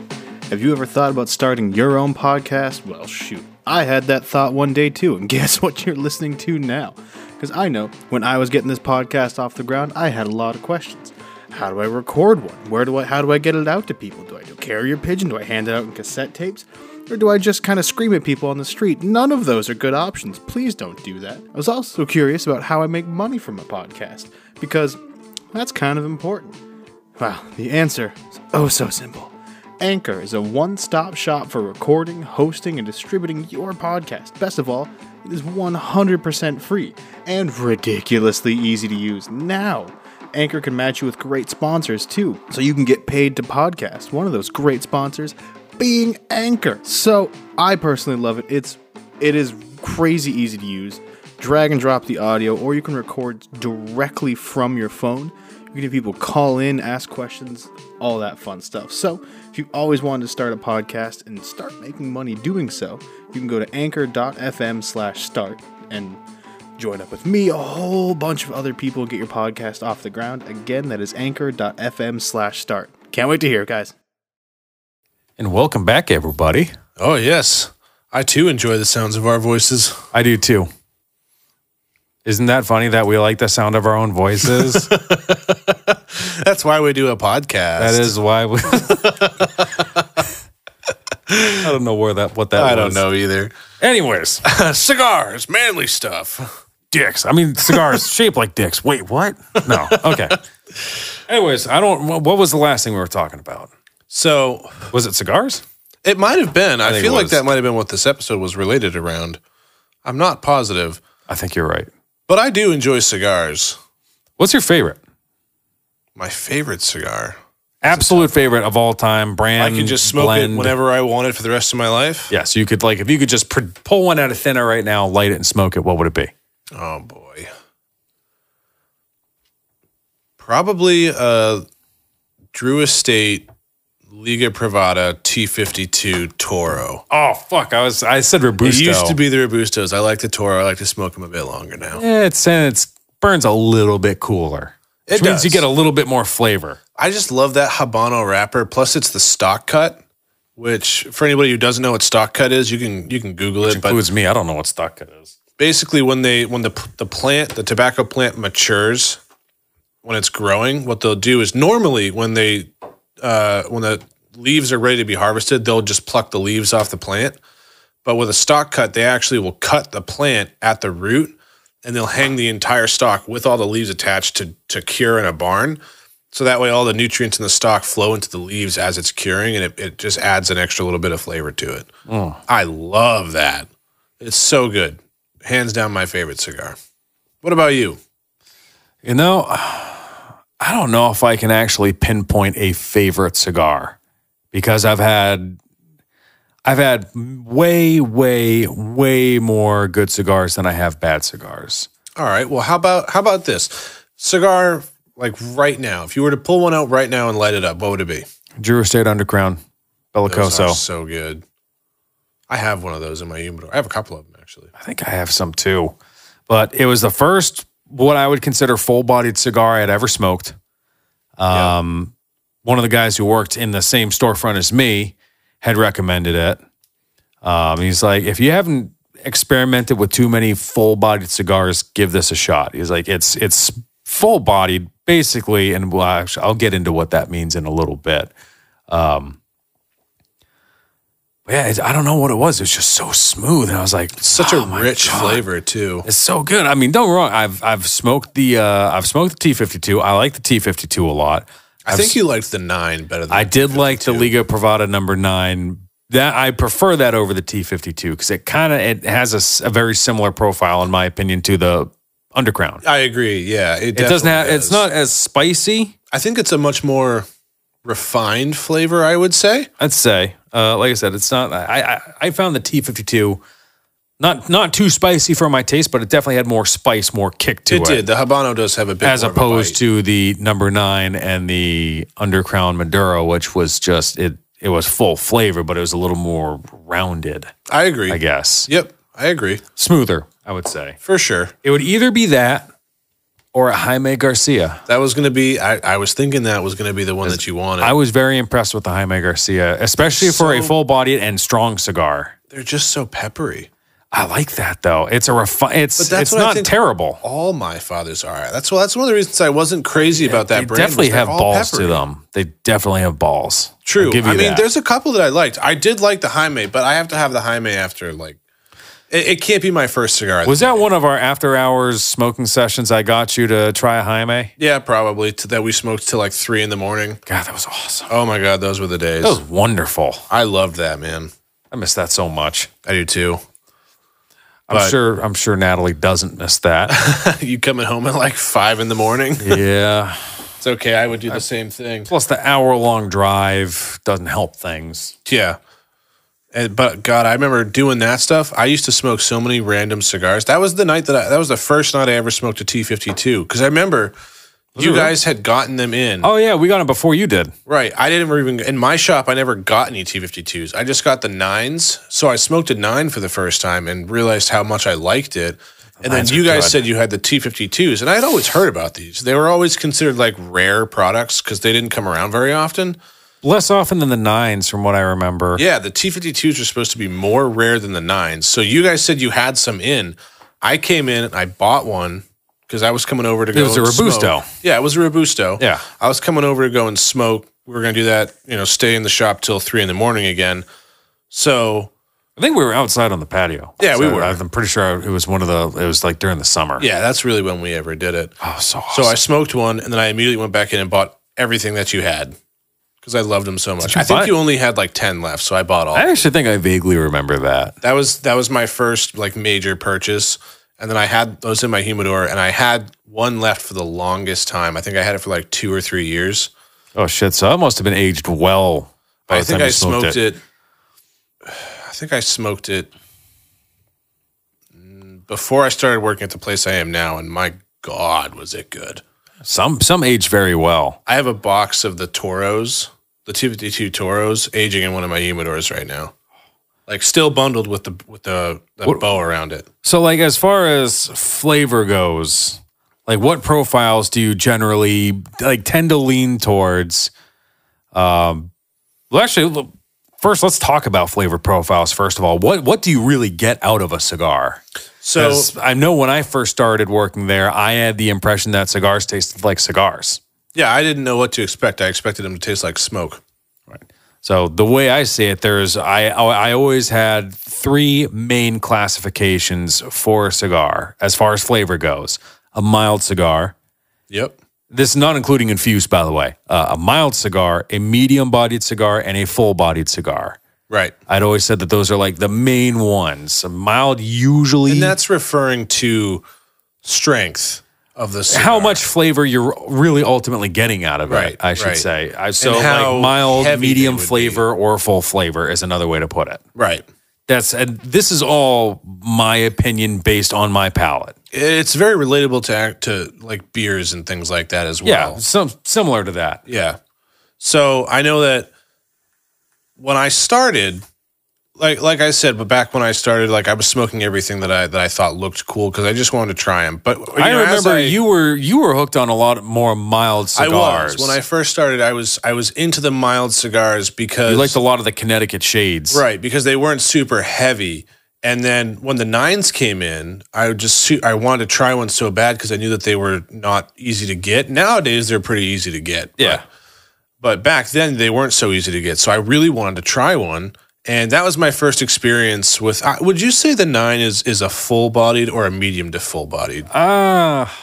[SPEAKER 3] Have you ever thought about starting your own podcast? Well, shoot. I had that thought one day too, and [laughs] guess what you're listening to now? Because I know when I was getting this podcast off the ground, I had a lot of questions. How do I record one? Where do I? How do I get it out to people? Do I do carrier pigeon? Do I hand it out in cassette tapes? Or do I just kind of scream at people on the street? None of those are good options. Please don't do that. I was also curious about how I make money from a podcast because that's kind of important. Well, the answer is oh so simple. Anchor is a one stop shop for recording, hosting, and distributing your podcast. Best of all, it is 100% free and ridiculously easy to use now. Anchor can match you with great sponsors too, so you can get paid to podcast. One of those great sponsors being Anchor. So I personally love it. It's it is crazy easy to use. Drag and drop the audio, or you can record directly from your phone. You can have people call in, ask questions, all that fun stuff. So, if you always wanted to start a podcast and start making money doing so, you can go to anchor.fm slash start and join up with me, a whole bunch of other people, get your podcast off the ground. Again, that is anchor.fm slash start. Can't wait to hear, it, guys.
[SPEAKER 2] And welcome back, everybody.
[SPEAKER 1] Oh, yes. I too enjoy the sounds of our voices. [laughs]
[SPEAKER 2] I do too. Isn't that funny that we like the sound of our
[SPEAKER 1] [laughs]
[SPEAKER 2] own voices?
[SPEAKER 1] That's why we do a podcast.
[SPEAKER 2] that is why we. [laughs] I don't know where that what that
[SPEAKER 1] I don't
[SPEAKER 2] was.
[SPEAKER 1] know either. [laughs]
[SPEAKER 2] Anyways,
[SPEAKER 1] Cigars, manly stuff.
[SPEAKER 2] dicks. I
[SPEAKER 1] [laughs]
[SPEAKER 2] mean, cigars shaped like dicks. Wait, what? No. Okay. Anyways, I don't. wha- What was the last thing we were talking about?
[SPEAKER 1] So
[SPEAKER 2] Was it cigars?
[SPEAKER 1] it might have been. I,
[SPEAKER 2] think
[SPEAKER 1] feel
[SPEAKER 2] it
[SPEAKER 1] like
[SPEAKER 2] was.
[SPEAKER 1] that might have been what this episode was related around. I'm not positive,
[SPEAKER 2] I think you're right.
[SPEAKER 1] but I do enjoy cigars.
[SPEAKER 2] What's your favorite?
[SPEAKER 1] My favorite cigar.
[SPEAKER 2] Absolute favorite of all time brand.
[SPEAKER 1] I can just smoke
[SPEAKER 2] Mm, blend.
[SPEAKER 1] it whenever I want it for the rest of my life.
[SPEAKER 2] Yeah, so you could like if you could just pr- pull one out of thin air right now, light it and smoke it. What would it be?
[SPEAKER 1] Oh boy. Probably uh Drew Estate Liga Privada T52 Toro.
[SPEAKER 2] Oh fuck! I was I said
[SPEAKER 1] It
[SPEAKER 2] robusto.
[SPEAKER 1] used to be the Robustos. I like the Toro. I like to smoke them a bit longer now.
[SPEAKER 2] Yeah, it's and it's burns a little bit cooler.
[SPEAKER 1] It
[SPEAKER 2] Which means you
[SPEAKER 1] does.
[SPEAKER 2] get a little bit more flavor.
[SPEAKER 1] I just love that Habano wrapper. Plus, it's the stock cut, which for anybody who doesn't know what stock cut is, you can you can Google it. But
[SPEAKER 2] Includes me. I don't know what stock cut is.
[SPEAKER 1] basically when they when the the plant the tobacco plant matures when it's growing what they'll do is normally when they uh, when the leaves are ready to be harvested they'll just pluck the leaves off the plant but with a stock cut they actually will cut the plant at the root and they'll hang the entire stalk with all the leaves attached to to cure in a barn so that way all the nutrients in the stalk flow into the leaves as it's curing and it, it just adds an extra little bit of flavor to it i love that it's so good. Hands down my favorite cigar. What about you?
[SPEAKER 2] You know, [sighs] I don't know if I can actually pinpoint a favorite cigar because I've had I've had way, way, way more good cigars than I have bad cigars.
[SPEAKER 1] All right. Well, how about how about this? Cigar like right now. If you were to pull one out right now and light it up, what would it be?
[SPEAKER 2] Drew Estate Underground,
[SPEAKER 1] Those are
[SPEAKER 2] Bellicoso.
[SPEAKER 1] so good. I have one of those in my humidor. I have a couple of them actually.
[SPEAKER 2] I think I have some too. But it was the first what I would consider full bodied cigar I had ever smoked. Um, One of the guys who worked in the same storefront as me had recommended it. Um, he's like, if you haven't experimented with too many full bodied cigars, give this a shot. He's like, it's it's full bodied basically, and we'll actually, I'll get into what that means in a little bit. Um, but yeah, it's- I don't know what it was. It was just so smooth, and I was like,
[SPEAKER 1] Such
[SPEAKER 2] "Oh
[SPEAKER 1] a
[SPEAKER 2] my
[SPEAKER 1] rich
[SPEAKER 2] God."
[SPEAKER 1] flavor too.
[SPEAKER 2] It's so good. I mean, don't get me wrong. I've I've smoked the uh, I've smoked the T fifty two. I like the T fifty two a lot.
[SPEAKER 1] I think you liked the nine better than
[SPEAKER 2] I did like the Liga Privada number nine. That I prefer that over the T fifty two because it kind of it has a s- a, very similar profile in my opinion to the Underground.
[SPEAKER 1] I agree. Yeah, it,
[SPEAKER 2] It doesn't
[SPEAKER 1] definitely
[SPEAKER 2] have. It's
[SPEAKER 1] does.
[SPEAKER 2] not as spicy.
[SPEAKER 1] I think it's a much more refined flavor. I would say.
[SPEAKER 2] I'd say. Uh, like I said, it's not. I I, I found the T fifty two Not not too spicy for my taste, but it definitely had more spice, more kick to it.
[SPEAKER 1] It did. The Habano does have a bit
[SPEAKER 2] As
[SPEAKER 1] more of a
[SPEAKER 2] opposed
[SPEAKER 1] bite.
[SPEAKER 2] to the number nine and the underground Maduro, which was just it it was full flavor, but it was a little more rounded,
[SPEAKER 1] I agree.
[SPEAKER 2] I guess.
[SPEAKER 1] Yep, I agree
[SPEAKER 2] Smoother, I would say.
[SPEAKER 1] for sure.
[SPEAKER 2] It would either be that or a Jaime Garcia.
[SPEAKER 1] That was going to be. I, I was thinking that was going to be the one that you wanted.
[SPEAKER 2] I was very impressed with the Jaime Garcia, especially for a
[SPEAKER 1] So-
[SPEAKER 2] full bodied and strong cigar.
[SPEAKER 1] They're just so peppery.
[SPEAKER 2] I like that though. It's a refi- it's
[SPEAKER 1] that's
[SPEAKER 2] it's
[SPEAKER 1] what I
[SPEAKER 2] not
[SPEAKER 1] think-
[SPEAKER 2] terrible.
[SPEAKER 1] All my fathers are. That's well. That's one of the reasons I wasn't crazy about that
[SPEAKER 2] They
[SPEAKER 1] brand. was
[SPEAKER 2] definitely
[SPEAKER 1] they're
[SPEAKER 2] have
[SPEAKER 1] all
[SPEAKER 2] balls
[SPEAKER 1] peppery.
[SPEAKER 2] to them. They definitely have balls. I'll
[SPEAKER 1] True.
[SPEAKER 2] give
[SPEAKER 1] I
[SPEAKER 2] you
[SPEAKER 1] mean,
[SPEAKER 2] that.
[SPEAKER 1] there's a couple that I liked. I did like the Jaime, but I have to have the Jaime after like. It, it can't be my first cigar.
[SPEAKER 2] was that one of our after hours smoking sessions? I got you to try a Jaime.
[SPEAKER 1] yeah, probably to, that we smoked till like three in the morning.
[SPEAKER 2] God, that was awesome.
[SPEAKER 1] Oh my god, those were the days.
[SPEAKER 2] That was wonderful.
[SPEAKER 1] I loved that man.
[SPEAKER 2] I miss that so much.
[SPEAKER 1] I do too. [laughs]
[SPEAKER 2] I'm
[SPEAKER 1] But-
[SPEAKER 2] sure. I'm sure Natalie doesn't miss
[SPEAKER 1] [laughs]
[SPEAKER 2] that.
[SPEAKER 1] you coming home at like five in the morning?
[SPEAKER 2] yeah.
[SPEAKER 1] It's okay. I would do the same thing.
[SPEAKER 2] Plus the hour long drive doesn't help things.
[SPEAKER 1] Yeah. And, but God, I remember doing that stuff. I used to smoke so many random cigars. That was the night that I, that was the first night I ever smoked a T52. Because I remember you guys had gotten them in.
[SPEAKER 2] Oh yeah, we got it before you did.
[SPEAKER 1] Right. I didn't ever even, in my shop, I never got any T52s. I just got the nines. So I smoked a nine for the first time and realized how much I liked it. And then
[SPEAKER 2] nines
[SPEAKER 1] you
[SPEAKER 2] are
[SPEAKER 1] guys
[SPEAKER 2] good.
[SPEAKER 1] said you had the T52s. And I'd always heard about these. They were always considered like rare products because they didn't come around very often.
[SPEAKER 2] Less often than the nines, from what I remember.
[SPEAKER 1] Yeah, the T52s are supposed to be more rare than the nines. So you guys said you had some in. I came in and I bought one because I was coming over to go.
[SPEAKER 2] was a
[SPEAKER 1] and smoke.
[SPEAKER 2] Robusto.
[SPEAKER 1] Yeah, it was a robusto.
[SPEAKER 2] Yeah.
[SPEAKER 1] I was coming over to go and smoke. We were gonna do that. You know, stay in the shop till three in the morning again. So
[SPEAKER 2] I think we were outside on the patio.
[SPEAKER 1] Yeah, we were.
[SPEAKER 2] I'm pretty sure it was one of the. It was like during the summer.
[SPEAKER 1] yeah, that's really when we ever did it.
[SPEAKER 2] Oh, so
[SPEAKER 1] So
[SPEAKER 2] awesome.
[SPEAKER 1] I smoked one and then I immediately went back in and bought everything that you had because I loved them so much.
[SPEAKER 2] you
[SPEAKER 1] I think
[SPEAKER 2] buy?
[SPEAKER 1] you only had like ten left, so I bought all.
[SPEAKER 2] I actually think I vaguely remember that.
[SPEAKER 1] that was that was my first like major purchase and then i had those in my humidor and i had one left for the longest time i think i had it for like two or three years
[SPEAKER 2] Oh shit! So I must have been aged well. by
[SPEAKER 1] i
[SPEAKER 2] the
[SPEAKER 1] think
[SPEAKER 2] time
[SPEAKER 1] i
[SPEAKER 2] you
[SPEAKER 1] smoked, it. i think i smoked it mm, before i started working at the place i am now and my god was it good
[SPEAKER 2] Some some aged very well.
[SPEAKER 1] i have a box of the toros the 252 toros aging in one of my humidors right now like still bundled with the with the, the bow around it
[SPEAKER 2] So like as far as flavor goes, like what profiles do you generally like tend to lean towards? Um, well, actually, look, first let's talk about flavor profiles. First of all, what what do you really get out of a cigar?
[SPEAKER 1] so
[SPEAKER 2] 'Cause I know when I first started working there, I had the impression that cigars tasted like cigars.
[SPEAKER 1] Yeah, I didn't know what to expect. I expected them to taste like smoke.
[SPEAKER 2] So the way I see it, there's I I always had three main classifications for a cigar as far as flavor goes: a mild cigar.
[SPEAKER 1] Yep.
[SPEAKER 2] This is not including infused, by the way. Uh, a mild cigar, a medium-bodied cigar, and a full-bodied cigar.
[SPEAKER 1] Right.
[SPEAKER 2] I'd always said that those are like the main ones. A mild usually
[SPEAKER 1] And that's referring to strength of the cigar.
[SPEAKER 2] how much flavor you're really ultimately getting out of
[SPEAKER 1] Right,
[SPEAKER 2] it. I should
[SPEAKER 1] right.
[SPEAKER 2] say. I, so
[SPEAKER 1] how
[SPEAKER 2] like mild,
[SPEAKER 1] heavy they
[SPEAKER 2] medium
[SPEAKER 1] would be.
[SPEAKER 2] flavor, or full flavor is another way to put it.
[SPEAKER 1] Right.
[SPEAKER 2] That's and this is all my opinion based on my palate.
[SPEAKER 1] It's very relatable to act to like beers and things like that as
[SPEAKER 2] Yeah,
[SPEAKER 1] well.
[SPEAKER 2] some similar to that.
[SPEAKER 1] Yeah. So I know that when I started, like like I said, but back when I started, like I was smoking everything that I that I thought looked cool because I just wanted to try them. But you
[SPEAKER 2] I
[SPEAKER 1] know, as
[SPEAKER 2] remember
[SPEAKER 1] I-
[SPEAKER 2] you were you were hooked on a lot more mild
[SPEAKER 1] I
[SPEAKER 2] cigars.
[SPEAKER 1] was when I first started. I was I was into the mild cigars because
[SPEAKER 2] you liked a lot of the Connecticut shades.
[SPEAKER 1] Right, because they weren't super heavy. And then when the nines came in, I would just su- I wanted to try one so bad because I knew that they were not easy to get. Nowadays they're pretty easy to get.
[SPEAKER 2] Yeah.
[SPEAKER 1] But, but back then they weren't so easy to get. So I really wanted to try one. And that was my first experience with I, would you say the 9 is is a full-bodied or a medium to full-bodied?
[SPEAKER 2] Ah,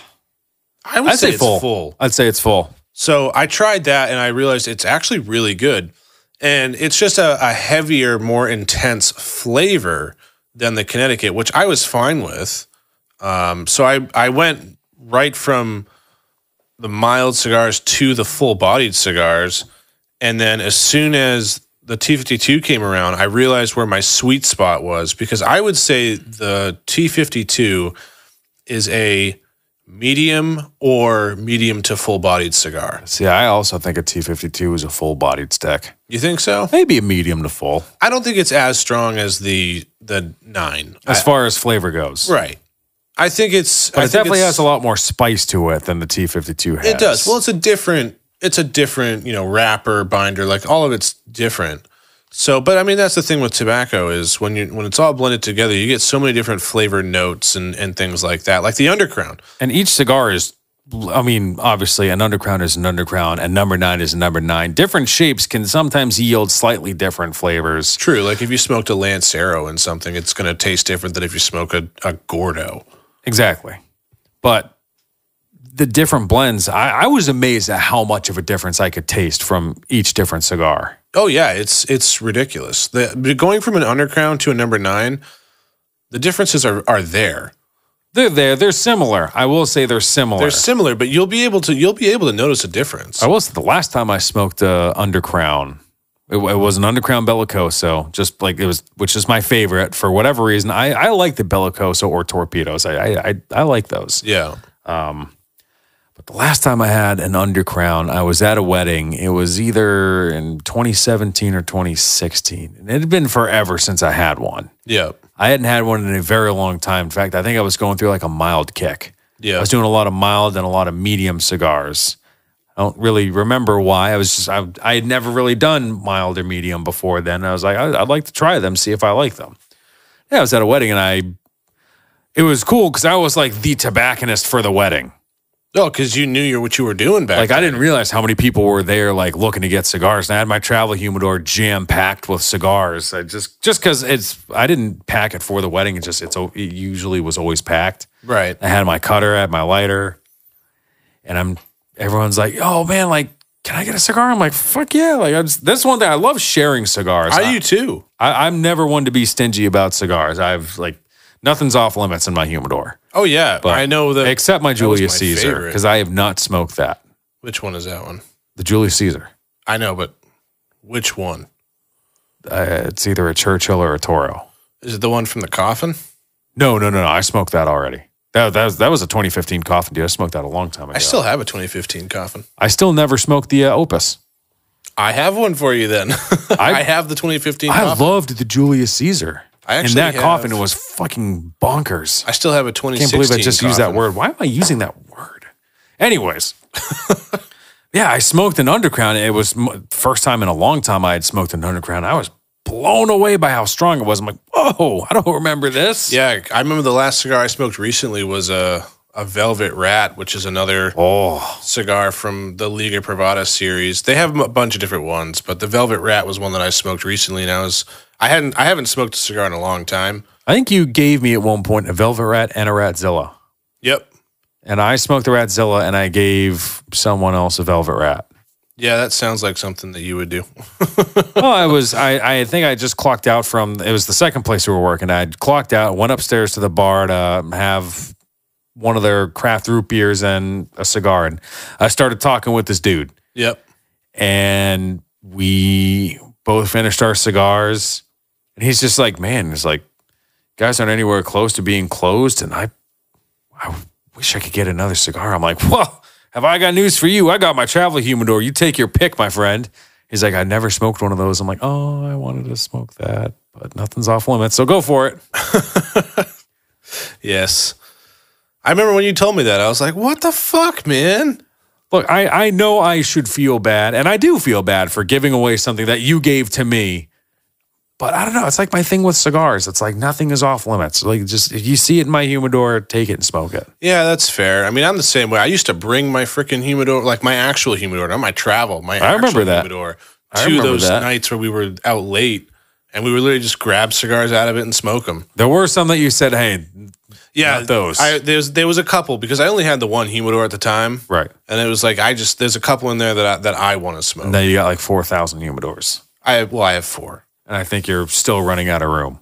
[SPEAKER 1] I would
[SPEAKER 2] I'd say
[SPEAKER 1] it's
[SPEAKER 2] full.
[SPEAKER 1] full.
[SPEAKER 2] I'd say it's full.
[SPEAKER 1] So I tried that and I realized it's actually really good. And it's just a, a heavier, more intense flavor than the Connecticut, which I was fine with. Um, so I, I went right from the mild cigars to the full bodied cigars. And then as soon as the T fifty two came around, I realized where my sweet spot was because I would say the T fifty two is a medium or medium to full bodied cigar.
[SPEAKER 2] See, I also think a T52 is a full bodied stick.
[SPEAKER 1] You think so?
[SPEAKER 2] Maybe a medium to full
[SPEAKER 1] I don't think it's as strong as the the nine.
[SPEAKER 2] as far as flavor goes.
[SPEAKER 1] Right. I think it's.
[SPEAKER 2] But
[SPEAKER 1] I
[SPEAKER 2] it
[SPEAKER 1] think
[SPEAKER 2] definitely
[SPEAKER 1] it's-
[SPEAKER 2] has a lot more spice to it than the T52 has.
[SPEAKER 1] It does. Well, it's a different. It's a different, you know, wrapper binder. Like all of it's different. So, but I mean, that's the thing with tobacco is when you when it's all blended together, you get so many different flavor notes and and things like that. Like the underground.
[SPEAKER 2] and each cigar is, I mean, obviously, an underground is an underground, and number nine is a number nine. Different shapes can sometimes yield slightly different flavors.
[SPEAKER 1] True. Like if you smoked a Lancero and something, it's going to taste different than if you smoke a, a Gordo.
[SPEAKER 2] Exactly. But the different blends, I, I was amazed at how much of a difference I could taste from each different cigar.
[SPEAKER 1] Oh yeah, it's it's ridiculous. The going from an underground to a number nine, the differences are are there.
[SPEAKER 2] They're there. They're similar. I will say they're similar.
[SPEAKER 1] They're similar, but you'll be able to you'll be able to notice a difference.
[SPEAKER 2] I will say the last time I smoked a Undercrown, it, it was an Undercrown Bellicoso, just like it was, which is my favorite for whatever reason. I, I like the Bellicoso or Torpedoes. I, I, I, I like those.
[SPEAKER 1] Yeah.
[SPEAKER 2] The last time I had an undercrown, I was at a wedding. It was either in 2017 or 2016. And it had been forever since I had one.
[SPEAKER 1] Yeah.
[SPEAKER 2] I hadn't had one in a very long time. In fact, I think I was going through like a mild kick.
[SPEAKER 1] Yeah.
[SPEAKER 2] I was doing a lot of mild and a lot of medium cigars. I don't really remember why. I was just, I, I had never really done mild or medium before then. I was like, I, I'd like to try them, see if I like them. Yeah, I was at a wedding and I, it was cool because I was like the tobacconist for the wedding.
[SPEAKER 1] No, because Oh, you knew you what you were doing back.
[SPEAKER 2] Like
[SPEAKER 1] then.
[SPEAKER 2] I didn't realize how many people were there, like looking to get cigars. And I had my travel humidor jam packed with cigars. I just just because it's I didn't pack it for the wedding. It just it's o- it usually was always packed.
[SPEAKER 1] right.
[SPEAKER 2] I had my cutter, I had my lighter, and I'm everyone's like, oh man, like can I get a cigar? I'm like, fuck yeah! Like I'm, just- that's one thing I love sharing cigars.
[SPEAKER 1] I do too.
[SPEAKER 2] I, I'm never one to be stingy about cigars. I've like nothing's off limits in my humidor
[SPEAKER 1] Oh yeah, I know that.
[SPEAKER 2] except my
[SPEAKER 1] that was
[SPEAKER 2] Julius
[SPEAKER 1] my
[SPEAKER 2] Caesar
[SPEAKER 1] favorite.
[SPEAKER 2] because I have not smoked that.
[SPEAKER 1] Which one is that one?
[SPEAKER 2] The Julius Caesar.
[SPEAKER 1] I know, but which one
[SPEAKER 2] uh, it's either a Churchill or a Toro.
[SPEAKER 1] is it? The one from the coffin?
[SPEAKER 2] No, no, no, no. I smoked that already. That, that, was, that was a 2015 coffin, dude. I smoked that a long time ago.
[SPEAKER 1] I still have a 2015 coffin.
[SPEAKER 2] I still never smoked the uh, Opus.
[SPEAKER 1] I have one for you then. [laughs] I, have the 2015.
[SPEAKER 2] I
[SPEAKER 1] coffin.
[SPEAKER 2] loved the Julius Caesar.
[SPEAKER 1] I
[SPEAKER 2] and
[SPEAKER 1] actually
[SPEAKER 2] that
[SPEAKER 1] have-
[SPEAKER 2] coffin was fucking bonkers.
[SPEAKER 1] I still have a
[SPEAKER 2] I
[SPEAKER 1] 2016.
[SPEAKER 2] can't believe I just used that
[SPEAKER 1] coffin.
[SPEAKER 2] word. Why am I using that word? Anyways, [laughs] yeah, I smoked an underground. It was m- first time in a long time I had smoked an underground. I was blown away by how strong it was. I'm like, whoa, I don't remember this.
[SPEAKER 1] Yeah, I remember the last cigar I smoked recently was a a Velvet Rat, which is another
[SPEAKER 2] Oh,
[SPEAKER 1] cigar from the Liga Privada series. They have a bunch of different ones, but the Velvet Rat was one that I smoked recently, and I was I hadn't I haven't smoked a cigar in a long time.
[SPEAKER 2] I think you gave me at one point a Velvet Rat and a Ratzilla.
[SPEAKER 1] Yep.
[SPEAKER 2] and I smoked the Ratzilla, and I gave someone else a Velvet Rat.
[SPEAKER 1] Yeah, that sounds like something that you would do.
[SPEAKER 2] well, I was, I, I think I just clocked out from, it was the second place we were working. I clocked out, went upstairs to the bar to have one of their craft root beers and a cigar. And I started talking with this dude,
[SPEAKER 1] Yep.
[SPEAKER 2] and we both finished our cigars. And he's just like, man, it's like, guys aren't anywhere close to being closed. And I, I wish I could get another cigar. I'm like, well, have I got news for you? I got my travel humidor. You take your pick, my friend. He's like, I never smoked one of those. I'm like, oh, I wanted to smoke that, but nothing's off limits. So go for it.
[SPEAKER 1] Yes. I remember when you told me that, I was like, what the fuck, man?
[SPEAKER 2] Look, I, I know I should feel bad, and I do feel bad for giving away something that you gave to me. But I don't know. It's like my thing with cigars. It's like nothing is off limits. Like just if you see it in my humidor, take it and smoke it.
[SPEAKER 1] Yeah, that's fair. I mean, I'm the same way. I used to bring my freaking humidor, like my actual humidor, not my travel, my
[SPEAKER 2] I remember
[SPEAKER 1] actual
[SPEAKER 2] that.
[SPEAKER 1] humidor,
[SPEAKER 2] I
[SPEAKER 1] to
[SPEAKER 2] remember
[SPEAKER 1] those
[SPEAKER 2] that.
[SPEAKER 1] nights where we were out late and we would literally just grab cigars out of it and smoke them.
[SPEAKER 2] There were some that you said, hey,
[SPEAKER 1] Yeah,
[SPEAKER 2] Not those.
[SPEAKER 1] I, there's there was a couple because I only had the one humidor at the time,
[SPEAKER 2] right.
[SPEAKER 1] and it was like I just there's a couple in there that I, that I want to smoke.
[SPEAKER 2] And then you got like four thousand humidors.
[SPEAKER 1] I well, I have four.
[SPEAKER 2] And I think you're still running out of room.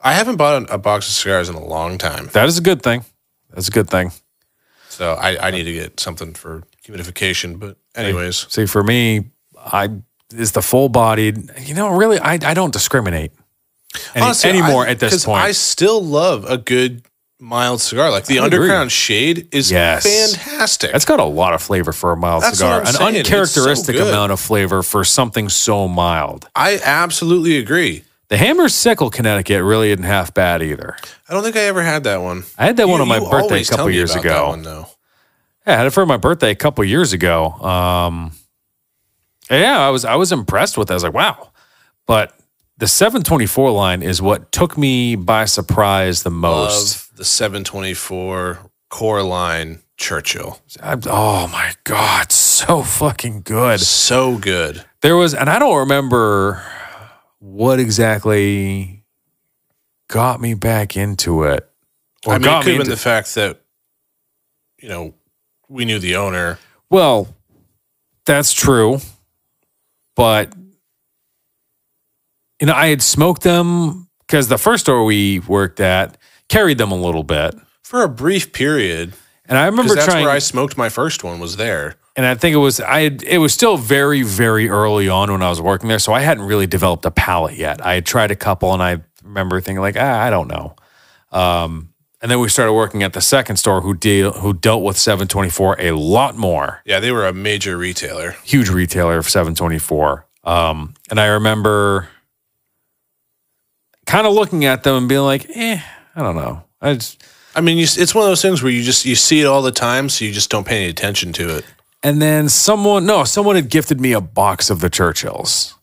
[SPEAKER 1] I haven't bought a, a box of cigars in a long time,
[SPEAKER 2] That is a good thing. That's a good thing.
[SPEAKER 1] so I, I need to get something for humidification. But anyways,
[SPEAKER 2] See, for me, I is the full bodied. You know, really, I, I don't discriminate any,
[SPEAKER 1] Honestly,
[SPEAKER 2] anymore
[SPEAKER 1] I-
[SPEAKER 2] at this
[SPEAKER 1] 'cause
[SPEAKER 2] point.
[SPEAKER 1] I still love a good mild cigar. Like the
[SPEAKER 2] I agree.
[SPEAKER 1] Underground Shade is
[SPEAKER 2] Yes.
[SPEAKER 1] fantastic.
[SPEAKER 2] That's got a lot of flavor for a mild
[SPEAKER 1] That's
[SPEAKER 2] cigar.
[SPEAKER 1] what I'm
[SPEAKER 2] An
[SPEAKER 1] saying. It's so
[SPEAKER 2] uncharacteristic
[SPEAKER 1] good.
[SPEAKER 2] amount of flavor for something so mild.
[SPEAKER 1] I absolutely agree.
[SPEAKER 2] The Hammer Sickle Connecticut really isn't half bad either.
[SPEAKER 1] I don't think I ever had that one.
[SPEAKER 2] I had that one on my
[SPEAKER 1] you
[SPEAKER 2] birthday a
[SPEAKER 1] always tell
[SPEAKER 2] couple
[SPEAKER 1] me
[SPEAKER 2] years
[SPEAKER 1] about
[SPEAKER 2] ago.
[SPEAKER 1] That one, though.
[SPEAKER 2] Yeah, I had it for my birthday a couple years ago. Um, yeah, I was I was impressed with it. I was like, wow. But the 724 line is what took me by surprise the most.
[SPEAKER 1] Of the 724 core line Churchill.
[SPEAKER 2] I- oh my god, so fucking good.
[SPEAKER 1] So good.
[SPEAKER 2] There was, and I don't remember what exactly got me back into it. Or
[SPEAKER 1] I mean, it
[SPEAKER 2] got
[SPEAKER 1] could
[SPEAKER 2] me
[SPEAKER 1] have been
[SPEAKER 2] into,
[SPEAKER 1] the fact that, you know, we knew the owner.
[SPEAKER 2] well, that's true, but you know, I had smoked them because the first store we worked at carried them a little bit,
[SPEAKER 1] For a brief period,
[SPEAKER 2] and I remember
[SPEAKER 1] because that's
[SPEAKER 2] trying.
[SPEAKER 1] where I smoked my first one was there.
[SPEAKER 2] and I think it was I had, it was still very very early on when I was working there, so I hadn't really developed a palate yet. I had tried a couple, and I remember thinking like, ah, I don't know. Um, and then we started working at the second store who deal who dealt with 724 a lot more
[SPEAKER 1] Yeah, they were a major retailer.
[SPEAKER 2] huge retailer of 724. Um, and I remember kind of looking at them and being like, eh, I don't know. I just,
[SPEAKER 1] I mean, you, it's one of those things where you just you see it all the time, so you just don't pay any attention to it.
[SPEAKER 2] and then someone, no, someone had gifted me a box of the Churchills.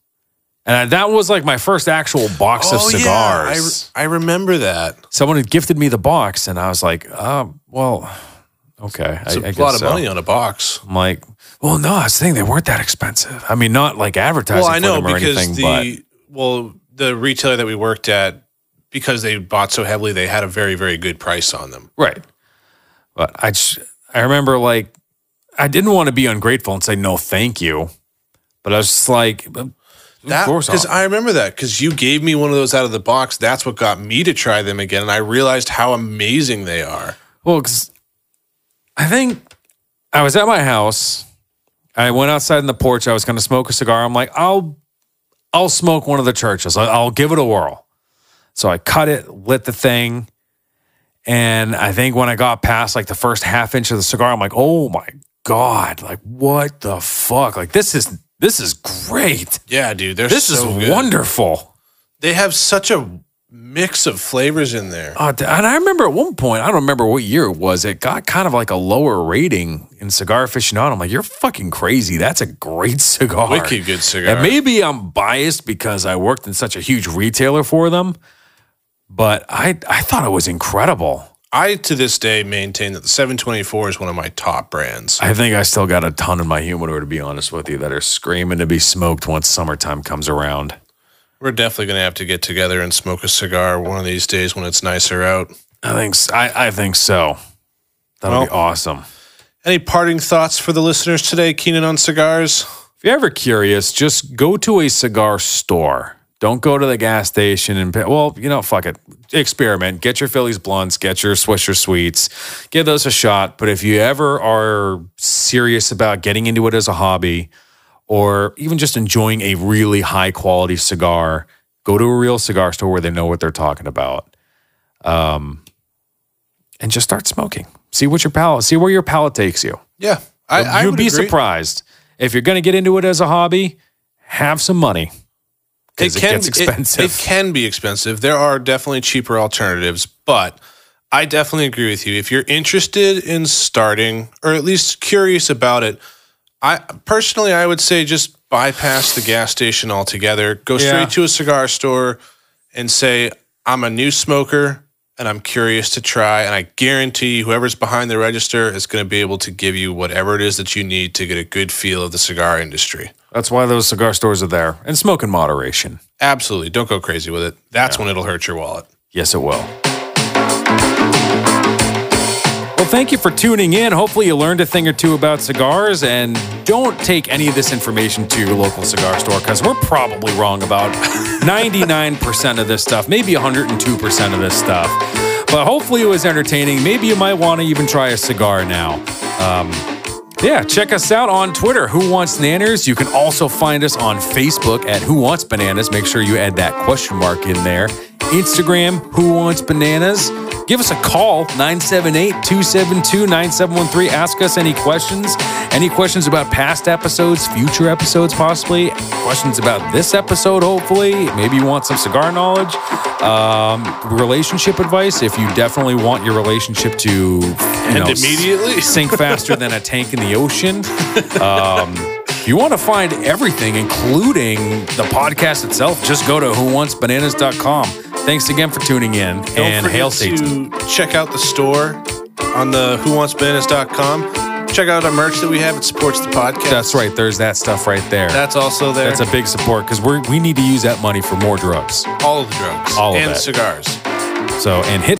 [SPEAKER 2] And I, that was like my first actual box of cigars.
[SPEAKER 1] Oh, I, remember that.
[SPEAKER 2] someone had gifted me the box, and I was like, oh, well, okay. I,
[SPEAKER 1] It's a
[SPEAKER 2] I guess
[SPEAKER 1] lot of
[SPEAKER 2] so.
[SPEAKER 1] money on a box.
[SPEAKER 2] I'm like, well, no, I was thinking they weren't that expensive. I mean, not like advertising
[SPEAKER 1] Well, I
[SPEAKER 2] for
[SPEAKER 1] know
[SPEAKER 2] them or
[SPEAKER 1] because
[SPEAKER 2] anything,
[SPEAKER 1] the
[SPEAKER 2] but
[SPEAKER 1] well the retailer that we worked at because they bought so heavily, they had a very very good price on them.
[SPEAKER 2] Right. But I just, I remember like I didn't want to be ungrateful and say no thank you, but I was just like of
[SPEAKER 1] That
[SPEAKER 2] course
[SPEAKER 1] because
[SPEAKER 2] I'll-
[SPEAKER 1] I remember that because you gave me one of those out of the box. That's what got me to try them again, and I realized how amazing they are.
[SPEAKER 2] well 'cause I think I was at my house. I went outside in the porch. I was going to smoke a cigar. I'm like, I'll I'll smoke one of the churches. I- I'll give it a whirl. So I cut it, lit the thing, and I think when I got past like the first half inch of the cigar, I'm like, oh my god, like what the fuck? Like this is this is great.
[SPEAKER 1] Yeah, dude, they're
[SPEAKER 2] This
[SPEAKER 1] so
[SPEAKER 2] is
[SPEAKER 1] good.
[SPEAKER 2] wonderful.
[SPEAKER 1] They have such a mix of flavors in there.
[SPEAKER 2] Uh, th- and I remember at one point, I don't remember what year it was, it got kind of like a lower rating in Cigar Aficionado. I'm like, you're fucking crazy. That's a great [laughs] cigar.
[SPEAKER 1] Wicked good cigar.
[SPEAKER 2] And maybe I'm biased because I worked in such a huge retailer for them, but I, I thought it was incredible.
[SPEAKER 1] I to this day maintain that the 724 is one of my top brands.
[SPEAKER 2] I think I still got a ton in my humidor, to be honest with you, that are screaming to be smoked once summertime comes around.
[SPEAKER 1] We're definitely gonna have to get together and smoke a cigar one of these days when it's nicer out.
[SPEAKER 2] I think, s- I, I think so. That'll be awesome.
[SPEAKER 1] Any parting thoughts for the listeners today, Keenan on cigars?
[SPEAKER 2] If you're ever curious, just go to a cigar store. Don't go to the gas station and pay. Well, you know, fuck it. Experiment. Get your Phillies blunts. Get your Swisher sweets. Give those a shot. But if you ever are serious about getting into it as a hobby, or even just enjoying a really high quality cigar, go to a real cigar store where they know what they're talking about. Um, and just start smoking. See what your palate. See where your palate takes you.
[SPEAKER 1] Yeah, I, I
[SPEAKER 2] You'd
[SPEAKER 1] would
[SPEAKER 2] be
[SPEAKER 1] agree.
[SPEAKER 2] surprised if you're going to get into it as a hobby. Have some money because it, gets expensive.
[SPEAKER 1] It, can be expensive. There are definitely cheaper alternatives, but I definitely agree with you. If you're interested in starting, or at least curious about it, I personally I would say just bypass the gas station altogether. Go
[SPEAKER 2] Yeah.
[SPEAKER 1] straight to a cigar store and say, "I'm a new smoker." And I'm curious to try, and I guarantee whoever's behind the register is going to be able to give you whatever it is that you need to get a good feel of the cigar industry.
[SPEAKER 2] That's why those cigar stores are there. And smoke in moderation.
[SPEAKER 1] Absolutely. Don't go crazy with it. That's when it'll hurt your wallet.
[SPEAKER 2] Yes, it will. Well, thank you for tuning in. Hopefully, you learned a thing or two about cigars. And don't take any of this information to your local cigar store because we're probably wrong about [laughs] 99% of this stuff, maybe 102% of this stuff. But hopefully, it was entertaining. Maybe you might want to even try a cigar now. Um, Yeah, check us out on Twitter, Who Wants Nanners. You can also find us on Facebook at Who Wants Bananas. Make sure you add that question mark in there. Instagram, Who Wants Bananas. Give us a call, 978 272 9713. Ask us any questions. Any questions about past episodes, future episodes, possibly. Questions about this episode, hopefully. Maybe you want some cigar knowledge. Um, relationship advice, if you definitely want your relationship to you
[SPEAKER 1] End
[SPEAKER 2] know,
[SPEAKER 1] immediately?
[SPEAKER 2] sink faster than a tank in the ocean. Um, if you want to find everything, including the podcast itself, just go to whowantsbananas.com. Thanks again for tuning in
[SPEAKER 1] Don't
[SPEAKER 2] and
[SPEAKER 1] forget
[SPEAKER 2] hail Satan.
[SPEAKER 1] to check out the store on the whowantsbananas.com. Check out our merch that we have. It supports the podcast.
[SPEAKER 2] That's right. There's that stuff right there.
[SPEAKER 1] That's also there.
[SPEAKER 2] That's a big support because we we need to use that money for more drugs.
[SPEAKER 1] all of the drugs
[SPEAKER 2] All of
[SPEAKER 1] and
[SPEAKER 2] that.
[SPEAKER 1] cigars.
[SPEAKER 2] So and hit